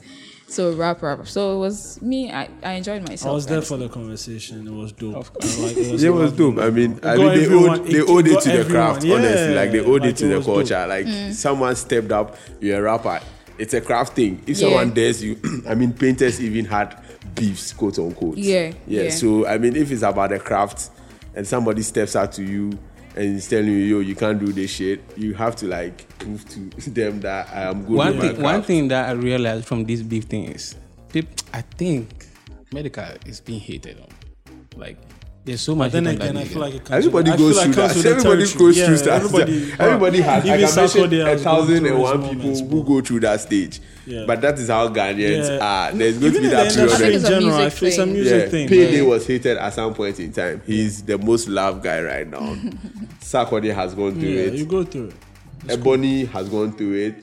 [SPEAKER 3] So rap, rap. So it was me. I, I enjoyed myself.
[SPEAKER 2] I was there
[SPEAKER 3] honestly.
[SPEAKER 2] for the conversation. It was dope. Of course. Like, it was,
[SPEAKER 5] It was
[SPEAKER 2] lovely.
[SPEAKER 5] dope. I mean, I
[SPEAKER 2] got
[SPEAKER 5] mean, they
[SPEAKER 2] everyone.
[SPEAKER 5] owed they
[SPEAKER 2] It
[SPEAKER 5] owed it
[SPEAKER 2] got
[SPEAKER 5] to the craft.
[SPEAKER 2] everyone.
[SPEAKER 5] Honestly, like they
[SPEAKER 2] Yeah.
[SPEAKER 5] owed
[SPEAKER 2] Like,
[SPEAKER 5] it to
[SPEAKER 2] it
[SPEAKER 5] the
[SPEAKER 2] was dope.
[SPEAKER 5] culture. Like
[SPEAKER 3] Mm.
[SPEAKER 5] someone stepped up. You're a rapper. It's a craft thing. If
[SPEAKER 3] Yeah.
[SPEAKER 5] someone dares you, I mean, painters even had beefs, quote unquote.
[SPEAKER 3] Yeah,
[SPEAKER 5] yeah.
[SPEAKER 3] yeah.
[SPEAKER 5] So I mean, if it's about the craft, and somebody steps up to you and is telling you, "Yo, you can't do this shit," you have to like prove to them that I am good.
[SPEAKER 4] One
[SPEAKER 5] with
[SPEAKER 4] thing,
[SPEAKER 5] my
[SPEAKER 4] one
[SPEAKER 5] craft.
[SPEAKER 4] thing that I realized from this beef thing is, peop I think medical is being hated on. Like There's so much.
[SPEAKER 2] Then
[SPEAKER 4] hate on
[SPEAKER 2] again,
[SPEAKER 4] that
[SPEAKER 2] I
[SPEAKER 4] nigga.
[SPEAKER 2] feel like it comes
[SPEAKER 5] Everybody
[SPEAKER 2] I feel
[SPEAKER 5] goes
[SPEAKER 2] like
[SPEAKER 5] through
[SPEAKER 2] comes
[SPEAKER 5] that.
[SPEAKER 2] with the
[SPEAKER 5] Everybody
[SPEAKER 2] territory.
[SPEAKER 5] goes
[SPEAKER 2] Yeah,
[SPEAKER 5] through that.
[SPEAKER 2] Everybody,
[SPEAKER 5] everybody has.
[SPEAKER 2] Even
[SPEAKER 5] I can
[SPEAKER 2] Sarkodie
[SPEAKER 5] mention a
[SPEAKER 2] has gone through
[SPEAKER 5] thousand and
[SPEAKER 2] his
[SPEAKER 5] one
[SPEAKER 2] moments,
[SPEAKER 5] people who go through that stage.
[SPEAKER 2] Yeah.
[SPEAKER 5] But that is how Ghanaians
[SPEAKER 2] Yeah.
[SPEAKER 5] are. There's going to
[SPEAKER 2] Even
[SPEAKER 5] be
[SPEAKER 2] in
[SPEAKER 5] that
[SPEAKER 2] the industry
[SPEAKER 5] period.
[SPEAKER 2] in
[SPEAKER 3] It's a
[SPEAKER 2] general, I
[SPEAKER 3] music
[SPEAKER 2] feel it's a
[SPEAKER 3] thing.
[SPEAKER 2] music
[SPEAKER 5] Yeah,
[SPEAKER 2] thing.
[SPEAKER 5] Payday was hated at some point in time. He's the most loved guy right now. Sarkodie has gone through
[SPEAKER 2] Yeah,
[SPEAKER 5] it.
[SPEAKER 2] you go through it.
[SPEAKER 5] Ebony has gone through it.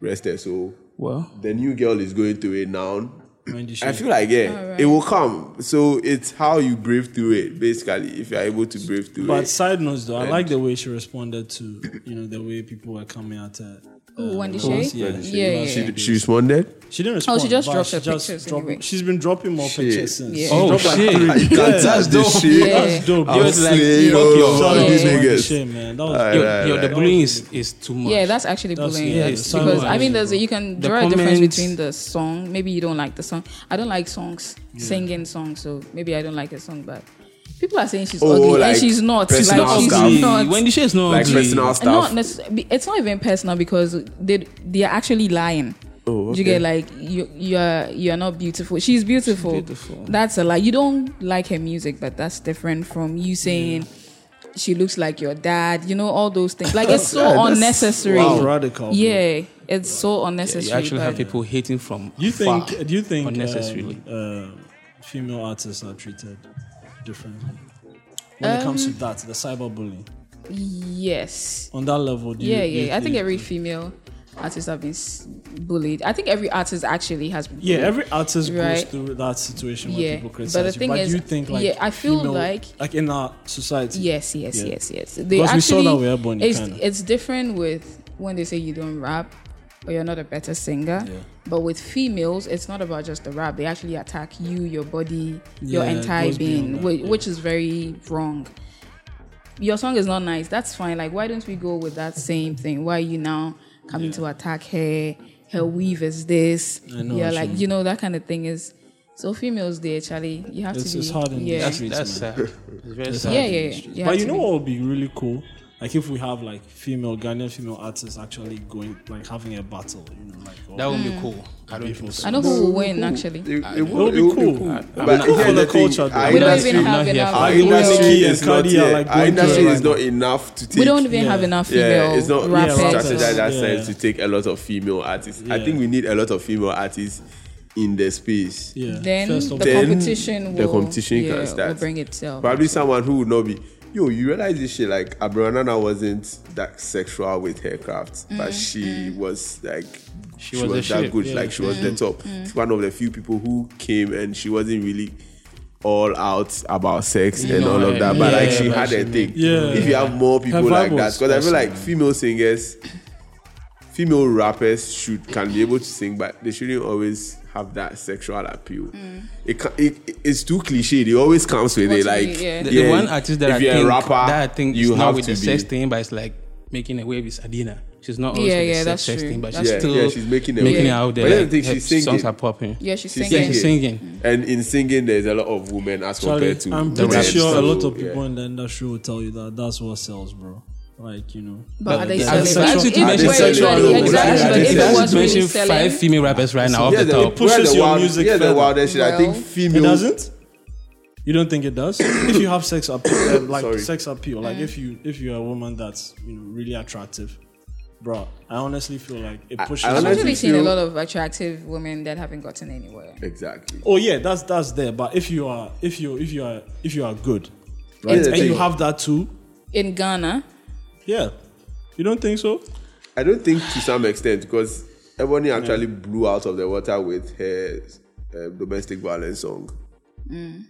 [SPEAKER 5] Rest her soul.
[SPEAKER 4] well,
[SPEAKER 5] The new girl is going through it now.
[SPEAKER 2] Mind you,
[SPEAKER 5] I
[SPEAKER 2] she-
[SPEAKER 5] feel like yeah, it will come. So it's how you brave through it, basically. If you're able to brave through
[SPEAKER 2] But
[SPEAKER 5] it,
[SPEAKER 2] side notes though, I like the way she responded to you know the way people were coming at her.
[SPEAKER 3] Ooh, Wendy
[SPEAKER 2] yeah,
[SPEAKER 3] Shay?
[SPEAKER 2] yeah,
[SPEAKER 3] Yeah, yeah, yeah.
[SPEAKER 5] she responded.
[SPEAKER 2] She didn't respond.
[SPEAKER 3] just
[SPEAKER 2] but
[SPEAKER 3] dropped her
[SPEAKER 2] just
[SPEAKER 3] pictures
[SPEAKER 2] dropped-
[SPEAKER 3] anyway.
[SPEAKER 2] She's been dropping more
[SPEAKER 5] Shit.
[SPEAKER 2] pictures since.
[SPEAKER 3] Yeah.
[SPEAKER 2] She
[SPEAKER 4] oh
[SPEAKER 2] dropped like
[SPEAKER 4] shit,
[SPEAKER 2] three.
[SPEAKER 5] You can't touch this
[SPEAKER 3] Yeah.
[SPEAKER 5] shit.
[SPEAKER 2] That's dope.
[SPEAKER 5] I
[SPEAKER 2] Yo,
[SPEAKER 5] was
[SPEAKER 4] was like, fuck
[SPEAKER 5] like, yo,
[SPEAKER 4] your
[SPEAKER 5] all
[SPEAKER 2] sorry,
[SPEAKER 5] these
[SPEAKER 2] Wendy
[SPEAKER 5] niggas.
[SPEAKER 2] Shay, man. That was
[SPEAKER 5] Alright.
[SPEAKER 4] yo,
[SPEAKER 5] Right,
[SPEAKER 4] yo,
[SPEAKER 5] right.
[SPEAKER 4] the bullying is,
[SPEAKER 3] oh.
[SPEAKER 4] is too much.
[SPEAKER 3] Yeah, that's actually bullying.
[SPEAKER 2] yeah,
[SPEAKER 4] it's so
[SPEAKER 3] because I
[SPEAKER 4] much.
[SPEAKER 3] mean, there's a, you can
[SPEAKER 4] The
[SPEAKER 3] draw a difference
[SPEAKER 4] comments-
[SPEAKER 3] between the song. Maybe you don't like the song. I don't like songs, singing songs, so maybe I don't like the song. But people are saying she's
[SPEAKER 5] Oh,
[SPEAKER 3] ugly,
[SPEAKER 5] like
[SPEAKER 3] and she's not. Like she's
[SPEAKER 5] personal
[SPEAKER 3] not.
[SPEAKER 5] stuff.
[SPEAKER 4] When the shit is not
[SPEAKER 5] Like
[SPEAKER 4] ugly.
[SPEAKER 5] personal
[SPEAKER 3] And not
[SPEAKER 5] stuff.
[SPEAKER 3] necessarily. It's not even personal because they they are actually lying.
[SPEAKER 5] Oh,
[SPEAKER 3] Do you get
[SPEAKER 5] okay.
[SPEAKER 3] like you you are you are not beautiful. She's beautiful.
[SPEAKER 4] beautiful.
[SPEAKER 3] That's a lie. You don't like her music, but that's different from you saying she looks like your dad. You know all those things. Like it's so
[SPEAKER 5] that's-
[SPEAKER 3] unnecessary.
[SPEAKER 2] wow. Radical, bro.
[SPEAKER 3] Yeah, it's so unnecessary.
[SPEAKER 4] You actually have
[SPEAKER 3] but-
[SPEAKER 4] people hating from
[SPEAKER 2] Do you think?
[SPEAKER 4] far.
[SPEAKER 2] Do you think? uh,
[SPEAKER 4] unnecessarily.
[SPEAKER 2] um, uh, female artists are treated differently when it comes to
[SPEAKER 3] Um,
[SPEAKER 2] that, the cyberbullying
[SPEAKER 3] Yes.
[SPEAKER 2] on that level. Do you,
[SPEAKER 3] Yeah,
[SPEAKER 2] do you
[SPEAKER 3] yeah. I think every female artist have been s- bullied. I think every artist actually has been.
[SPEAKER 2] Yeah,
[SPEAKER 3] bullied.
[SPEAKER 2] every artist goes
[SPEAKER 3] Right.
[SPEAKER 2] through that situation where
[SPEAKER 3] Yeah,
[SPEAKER 2] people
[SPEAKER 3] but the
[SPEAKER 2] criticize you.
[SPEAKER 3] thing
[SPEAKER 2] but
[SPEAKER 3] is-
[SPEAKER 2] you think like
[SPEAKER 3] yeah, I feel
[SPEAKER 2] female-
[SPEAKER 3] like-
[SPEAKER 2] like in our society.
[SPEAKER 3] Yes, yes,
[SPEAKER 2] Yeah.
[SPEAKER 3] yes, yes. They
[SPEAKER 2] Because we saw
[SPEAKER 3] actually-
[SPEAKER 2] that we are born in
[SPEAKER 3] it's,
[SPEAKER 2] Ghana.
[SPEAKER 3] it's different with when they say you don't rap or you're not a better singer.
[SPEAKER 2] Yeah.
[SPEAKER 3] But with females, it's not about just the rap. They actually attack you, your body, your
[SPEAKER 2] Yeah, it
[SPEAKER 3] entire
[SPEAKER 2] goes beyond
[SPEAKER 3] being,
[SPEAKER 2] that,
[SPEAKER 3] which,
[SPEAKER 2] yeah.
[SPEAKER 3] which is very wrong. Your song is not nice. That's fine. Like, why don't we go with that same thing? Why are you now coming to attack her? Her weave is this.
[SPEAKER 2] I know
[SPEAKER 3] yeah,
[SPEAKER 2] what you
[SPEAKER 3] like
[SPEAKER 2] mean.
[SPEAKER 3] you know that kind of thing is. So females, they actually you have
[SPEAKER 2] It's-
[SPEAKER 3] to be.
[SPEAKER 2] it's hard in the
[SPEAKER 3] yeah.
[SPEAKER 4] That's,
[SPEAKER 2] Streets,
[SPEAKER 4] that's
[SPEAKER 2] man.
[SPEAKER 4] sad. It's very sad.
[SPEAKER 3] yeah, yeah, yeah. You have
[SPEAKER 2] but you
[SPEAKER 3] to
[SPEAKER 2] know
[SPEAKER 3] be-
[SPEAKER 2] what would be really cool? Like if we have like female Ghanaian female artists actually going like having a battle, you know, like or
[SPEAKER 4] That would be cool. I don't think so.
[SPEAKER 3] Mm. I know who will win actually.
[SPEAKER 5] It, it,
[SPEAKER 2] it would be cool.
[SPEAKER 5] But
[SPEAKER 2] cool
[SPEAKER 5] here's
[SPEAKER 2] for
[SPEAKER 5] the
[SPEAKER 2] the
[SPEAKER 5] thing,
[SPEAKER 2] culture, though.
[SPEAKER 5] our
[SPEAKER 3] We don't
[SPEAKER 5] industry-
[SPEAKER 3] even have
[SPEAKER 4] not here
[SPEAKER 3] enough.
[SPEAKER 4] for
[SPEAKER 5] Our
[SPEAKER 2] Like,
[SPEAKER 3] female-
[SPEAKER 5] industry
[SPEAKER 2] Nicki
[SPEAKER 5] is
[SPEAKER 2] and
[SPEAKER 5] not
[SPEAKER 2] Cardi
[SPEAKER 5] here.
[SPEAKER 2] are, like,
[SPEAKER 5] Our
[SPEAKER 2] going
[SPEAKER 5] industry
[SPEAKER 2] through it
[SPEAKER 5] is
[SPEAKER 2] right now.
[SPEAKER 5] not enough to take.
[SPEAKER 3] we don't even
[SPEAKER 2] Yeah.
[SPEAKER 3] have enough female
[SPEAKER 5] yeah, it's not
[SPEAKER 2] Yeah,
[SPEAKER 3] rappers.
[SPEAKER 2] rappers.
[SPEAKER 5] structured that
[SPEAKER 2] Yeah.
[SPEAKER 5] sense to take a lot of female artists. I
[SPEAKER 2] Yeah.
[SPEAKER 5] think we need a lot of female artists in the space.
[SPEAKER 2] yeah.
[SPEAKER 3] Then
[SPEAKER 2] First
[SPEAKER 3] the
[SPEAKER 2] of
[SPEAKER 5] Then
[SPEAKER 3] competition will
[SPEAKER 5] the competition
[SPEAKER 3] yeah,
[SPEAKER 5] can
[SPEAKER 3] will
[SPEAKER 5] start.
[SPEAKER 3] bring itself.
[SPEAKER 5] Probably someone who would not be. Yo, you realize this shit? Like Abrianana wasn't that sexual with her craft, but she was like she,
[SPEAKER 4] was
[SPEAKER 5] was,
[SPEAKER 4] the
[SPEAKER 5] that
[SPEAKER 4] shit,
[SPEAKER 5] good.
[SPEAKER 2] yeah.
[SPEAKER 5] Like she was the top. She's one of the few people who came and she wasn't really all out about sex and
[SPEAKER 4] know,
[SPEAKER 5] all of
[SPEAKER 4] like,
[SPEAKER 5] that, but like
[SPEAKER 4] yeah,
[SPEAKER 5] she
[SPEAKER 4] but
[SPEAKER 5] had
[SPEAKER 4] she
[SPEAKER 5] a
[SPEAKER 4] made-
[SPEAKER 5] thing.
[SPEAKER 2] Yeah.
[SPEAKER 5] If you have more people like
[SPEAKER 2] vibe
[SPEAKER 5] that,
[SPEAKER 2] was
[SPEAKER 5] because I feel
[SPEAKER 2] awesome,
[SPEAKER 5] like
[SPEAKER 2] man.
[SPEAKER 5] female singers, female rappers should can be able to sing, but they shouldn't always have that sexual appeal. It, ca- it it's too cliche. It always comes
[SPEAKER 3] Mm.
[SPEAKER 5] with
[SPEAKER 3] What
[SPEAKER 5] it.
[SPEAKER 3] you
[SPEAKER 5] Like
[SPEAKER 3] mean, yeah.
[SPEAKER 4] The, the one artist that
[SPEAKER 5] if
[SPEAKER 4] I
[SPEAKER 5] you're
[SPEAKER 4] think,
[SPEAKER 5] a rapper,
[SPEAKER 4] that I think
[SPEAKER 5] you
[SPEAKER 4] is not
[SPEAKER 5] have
[SPEAKER 4] with
[SPEAKER 5] to
[SPEAKER 4] the sex
[SPEAKER 5] be.
[SPEAKER 4] thing, but it's like making a wave is Adina. She's not always
[SPEAKER 3] Yeah,
[SPEAKER 4] with
[SPEAKER 3] yeah,
[SPEAKER 4] the
[SPEAKER 3] that's
[SPEAKER 4] sex, sex
[SPEAKER 3] true.
[SPEAKER 4] thing, but
[SPEAKER 3] That's
[SPEAKER 4] she's
[SPEAKER 5] true.
[SPEAKER 4] still
[SPEAKER 5] Yeah, yeah, she's making a
[SPEAKER 4] making
[SPEAKER 5] wave.
[SPEAKER 4] it out there.
[SPEAKER 5] But I don't
[SPEAKER 4] like,
[SPEAKER 5] think
[SPEAKER 4] her
[SPEAKER 5] she's
[SPEAKER 4] songs
[SPEAKER 5] singing.
[SPEAKER 4] are popping.
[SPEAKER 3] yeah, she's
[SPEAKER 5] She's
[SPEAKER 3] singing.
[SPEAKER 4] Yeah, she's singing.
[SPEAKER 5] And in singing, there's a lot of women as
[SPEAKER 2] Charlie,
[SPEAKER 5] compared to.
[SPEAKER 2] I'm
[SPEAKER 5] men,
[SPEAKER 2] pretty sure
[SPEAKER 5] so,
[SPEAKER 2] a lot of
[SPEAKER 5] yeah.
[SPEAKER 2] people in the industry will tell you that that's what sells, bro. Like you know,
[SPEAKER 3] But are they
[SPEAKER 4] Yeah.
[SPEAKER 3] selling?
[SPEAKER 2] Sexual-
[SPEAKER 3] Actually, if
[SPEAKER 2] Are
[SPEAKER 3] it
[SPEAKER 5] they
[SPEAKER 3] were
[SPEAKER 5] sexual?
[SPEAKER 3] really-
[SPEAKER 5] Yeah,
[SPEAKER 3] Exactly. But
[SPEAKER 5] yeah,
[SPEAKER 3] if
[SPEAKER 5] yeah.
[SPEAKER 3] it was really
[SPEAKER 4] mentioned
[SPEAKER 3] selling,
[SPEAKER 4] five female rappers right now off
[SPEAKER 5] Yeah,
[SPEAKER 4] the
[SPEAKER 5] the,
[SPEAKER 4] top.
[SPEAKER 2] put- pushes
[SPEAKER 5] where the
[SPEAKER 2] your
[SPEAKER 5] wild,
[SPEAKER 2] music
[SPEAKER 5] Yeah, the
[SPEAKER 2] further.
[SPEAKER 5] wildest shit. I think
[SPEAKER 3] Well, it
[SPEAKER 2] it
[SPEAKER 5] female.
[SPEAKER 2] doesn't. You don't think it does? if you have sex appeal, uh, like
[SPEAKER 5] Sorry.
[SPEAKER 2] sex appeal, like if you if you're a woman that's you know really attractive, bro. I honestly feel like it pushes.
[SPEAKER 5] I
[SPEAKER 2] you.
[SPEAKER 3] I've
[SPEAKER 5] honestly-
[SPEAKER 3] actually seen a
[SPEAKER 5] feel-
[SPEAKER 3] lot of attractive women that haven't gotten anywhere.
[SPEAKER 5] Exactly.
[SPEAKER 2] oh yeah, that's that's there. But if you are if you if you are if you are good, right,
[SPEAKER 5] Yeah, the
[SPEAKER 2] and you
[SPEAKER 5] thing-
[SPEAKER 2] have that too,
[SPEAKER 3] In Ghana,
[SPEAKER 2] yeah. You don't think so?
[SPEAKER 5] I don't think to some extent because Ebony actually blew out of the water with her uh, domestic violence song.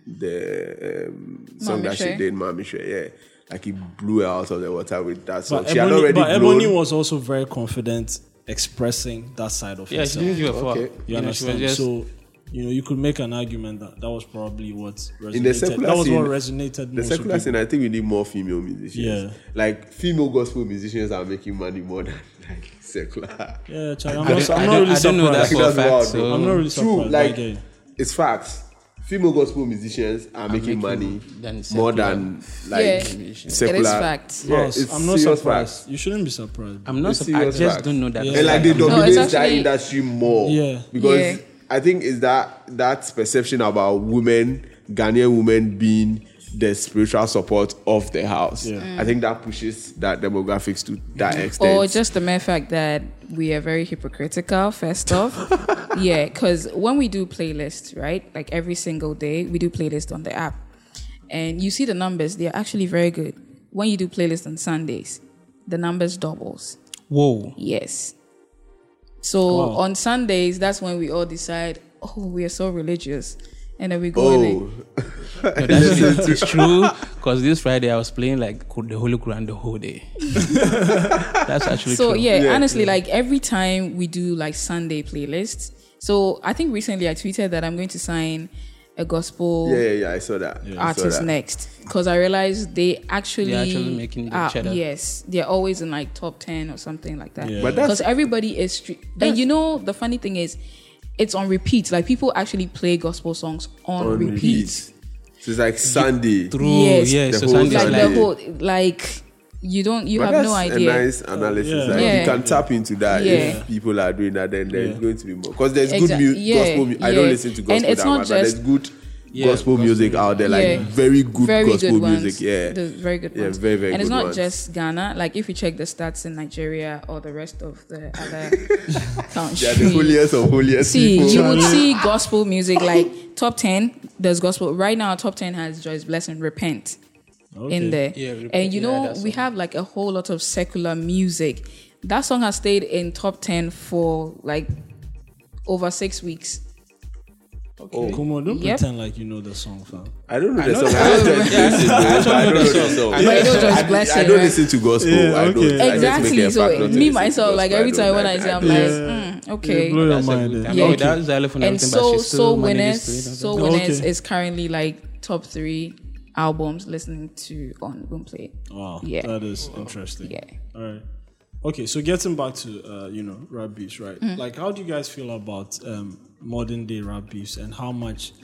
[SPEAKER 5] The um, song that she
[SPEAKER 3] Shay.
[SPEAKER 5] did, Mami Shay, yeah. Like he blew her out of the water with that song.
[SPEAKER 2] But
[SPEAKER 5] she had
[SPEAKER 2] Ebony,
[SPEAKER 5] already
[SPEAKER 2] but
[SPEAKER 5] blown.
[SPEAKER 2] Ebony was also very confident expressing that side of
[SPEAKER 4] Yeah, she
[SPEAKER 2] herself.
[SPEAKER 4] didn't give a fuck.
[SPEAKER 5] Okay.
[SPEAKER 2] You
[SPEAKER 4] know, she
[SPEAKER 2] understand?
[SPEAKER 4] was just-
[SPEAKER 2] so, you know, you could make an argument that that was probably what resonated.
[SPEAKER 5] in the secular
[SPEAKER 2] that was
[SPEAKER 5] scene,
[SPEAKER 2] what resonated
[SPEAKER 5] The
[SPEAKER 2] most. with
[SPEAKER 5] secular
[SPEAKER 2] people.
[SPEAKER 5] scene, I think we need more female musicians.
[SPEAKER 2] Yeah.
[SPEAKER 5] Like female gospel musicians are making money more than like secular.
[SPEAKER 2] Yeah, Charlie,
[SPEAKER 4] I
[SPEAKER 2] I'm not,
[SPEAKER 4] don't-
[SPEAKER 2] I'm
[SPEAKER 4] I
[SPEAKER 2] not
[SPEAKER 4] don't-
[SPEAKER 2] really
[SPEAKER 4] I don't know that
[SPEAKER 2] surprised.
[SPEAKER 4] for a
[SPEAKER 5] That's
[SPEAKER 4] fact.
[SPEAKER 5] wild,
[SPEAKER 4] So
[SPEAKER 5] bro.
[SPEAKER 2] I'm not really surprised.
[SPEAKER 5] True, like
[SPEAKER 2] yeah.
[SPEAKER 5] it's facts. Female gospel musicians are
[SPEAKER 4] making
[SPEAKER 5] making, money
[SPEAKER 4] than secular.
[SPEAKER 5] more than
[SPEAKER 3] Yeah.
[SPEAKER 5] like secular.
[SPEAKER 3] It is fact.
[SPEAKER 5] Yeah,
[SPEAKER 2] Yes,
[SPEAKER 5] it's
[SPEAKER 2] I'm not
[SPEAKER 5] serious
[SPEAKER 2] surprised.
[SPEAKER 5] facts.
[SPEAKER 2] You shouldn't be surprised.
[SPEAKER 4] I'm not.
[SPEAKER 5] It's
[SPEAKER 4] surprised. I
[SPEAKER 5] serious
[SPEAKER 4] just
[SPEAKER 5] fact.
[SPEAKER 4] don't know that.
[SPEAKER 2] Yeah.
[SPEAKER 5] and like they
[SPEAKER 3] it's
[SPEAKER 5] dominate that
[SPEAKER 3] actually-
[SPEAKER 5] industry more.
[SPEAKER 2] Yeah.
[SPEAKER 5] Because
[SPEAKER 3] Yeah.
[SPEAKER 5] I think is that that perception about women, Ghanaian women being the spiritual support of the house.
[SPEAKER 2] Yeah.
[SPEAKER 5] I think that pushes that demographics to that extent.
[SPEAKER 3] Or just the mere fact that we are very hypocritical, first off. yeah, because when we do playlists, right, like every single day, we do playlists on the app. And you see the numbers, they are actually very good. When you do playlists on Sundays, the numbers doubles.
[SPEAKER 4] Whoa.
[SPEAKER 3] Yes. So
[SPEAKER 2] Wow.
[SPEAKER 3] on Sundays, that's when we all decide, oh, we are so religious. And then we go in it.
[SPEAKER 5] oh,
[SPEAKER 4] No, that's true. It's true. Because this Friday I was playing like the Holy Quran the whole day. that's actually
[SPEAKER 3] so
[SPEAKER 4] true.
[SPEAKER 3] yeah,
[SPEAKER 5] Yeah,
[SPEAKER 3] honestly like every time we do like sunday playlists so i think recently i tweeted that i'm going to sign a gospel
[SPEAKER 5] yeah, yeah, yeah. I saw that. I saw
[SPEAKER 3] artist
[SPEAKER 5] that.
[SPEAKER 3] next because i realized they actually
[SPEAKER 4] They're actually making the
[SPEAKER 3] are-
[SPEAKER 4] cheddar.
[SPEAKER 3] yes they're always in like top 10 or something like that
[SPEAKER 2] Yeah.
[SPEAKER 5] But
[SPEAKER 3] because
[SPEAKER 5] that's
[SPEAKER 3] everybody is stre- and you know the funny thing is it's on repeat like people actually play gospel songs on,
[SPEAKER 5] on repeat.
[SPEAKER 3] repeat.
[SPEAKER 5] So it's like Sunday.
[SPEAKER 4] True.
[SPEAKER 3] Yes.
[SPEAKER 4] yeah.
[SPEAKER 5] The
[SPEAKER 4] So
[SPEAKER 5] whole
[SPEAKER 4] Sunday
[SPEAKER 3] like
[SPEAKER 4] is
[SPEAKER 5] Sunday.
[SPEAKER 3] the
[SPEAKER 4] like
[SPEAKER 3] whole like you don't you
[SPEAKER 5] But
[SPEAKER 3] have
[SPEAKER 5] that's
[SPEAKER 3] no idea
[SPEAKER 5] A nice analysis.
[SPEAKER 2] Yeah.
[SPEAKER 5] Like
[SPEAKER 3] Yeah.
[SPEAKER 5] you can tap into that
[SPEAKER 3] Yeah.
[SPEAKER 5] if people are doing that. Then there's
[SPEAKER 2] Yeah.
[SPEAKER 5] going to be more because there's
[SPEAKER 3] Exact-
[SPEAKER 5] good mu-
[SPEAKER 3] yeah,
[SPEAKER 5] gospel. mu- I don't
[SPEAKER 3] yeah.
[SPEAKER 5] listen to
[SPEAKER 3] And
[SPEAKER 5] gospel
[SPEAKER 3] it's
[SPEAKER 5] that
[SPEAKER 3] not
[SPEAKER 5] much, but there's
[SPEAKER 3] just-
[SPEAKER 5] good
[SPEAKER 4] Yeah,
[SPEAKER 5] gospel
[SPEAKER 4] gospel
[SPEAKER 5] music out there. Like
[SPEAKER 3] Yeah.
[SPEAKER 5] very good
[SPEAKER 3] very
[SPEAKER 5] gospel
[SPEAKER 3] good ones.
[SPEAKER 5] music. Yeah.
[SPEAKER 3] the very good
[SPEAKER 5] Yeah,
[SPEAKER 3] ones.
[SPEAKER 5] very, very
[SPEAKER 3] And it's
[SPEAKER 5] good
[SPEAKER 3] not
[SPEAKER 5] ones.
[SPEAKER 3] just Ghana. Like if you check the stats in Nigeria or the rest of the other countries,
[SPEAKER 5] they are the holiest of holiest
[SPEAKER 3] see
[SPEAKER 5] people.
[SPEAKER 3] you would see gospel music like top ten. There's gospel right now. Top ten has Joyce Blessing Repent in there,
[SPEAKER 4] Yeah, Repent,
[SPEAKER 3] and you
[SPEAKER 4] yeah,
[SPEAKER 3] know
[SPEAKER 4] that
[SPEAKER 3] we
[SPEAKER 4] song.
[SPEAKER 3] have like a whole lot of secular music. That song has stayed in top ten for like over six weeks.
[SPEAKER 2] Oh. Come on, don't
[SPEAKER 3] Yep.
[SPEAKER 2] pretend like you know the song, fam.
[SPEAKER 5] I don't know the song. I don't know the song. I don't know the song.
[SPEAKER 3] know the song.
[SPEAKER 5] I-
[SPEAKER 3] Bless
[SPEAKER 5] I
[SPEAKER 3] it,
[SPEAKER 5] don't
[SPEAKER 3] right?
[SPEAKER 5] listen to gospel.
[SPEAKER 2] Yeah,
[SPEAKER 5] I don't.
[SPEAKER 2] okay.
[SPEAKER 5] I just make
[SPEAKER 3] Exactly.
[SPEAKER 5] it a fact
[SPEAKER 3] So
[SPEAKER 5] not to
[SPEAKER 3] me
[SPEAKER 5] listen to
[SPEAKER 3] myself, like
[SPEAKER 5] gospel.
[SPEAKER 3] every time when I
[SPEAKER 5] don't
[SPEAKER 3] say, I'm
[SPEAKER 5] like- ah,
[SPEAKER 3] like, mm, okay.
[SPEAKER 2] You blow your
[SPEAKER 4] that's a
[SPEAKER 2] mind.
[SPEAKER 4] good.
[SPEAKER 2] eh?
[SPEAKER 4] I mean,
[SPEAKER 2] Okay.
[SPEAKER 4] without xylophone
[SPEAKER 3] and
[SPEAKER 4] everything,
[SPEAKER 3] so
[SPEAKER 4] but she's
[SPEAKER 3] so
[SPEAKER 4] still manages
[SPEAKER 3] winners
[SPEAKER 4] to it.
[SPEAKER 3] so
[SPEAKER 2] Okay.
[SPEAKER 3] winners is currently like top three albums listening to on Boomplay.
[SPEAKER 2] Wow,
[SPEAKER 3] Yeah.
[SPEAKER 2] that is interesting.
[SPEAKER 3] Yeah.
[SPEAKER 2] All right. Okay, so getting back to uh, you know rap beefs, right?
[SPEAKER 3] Mm.
[SPEAKER 2] Like, how do you guys feel about um, modern day rap beefs and how much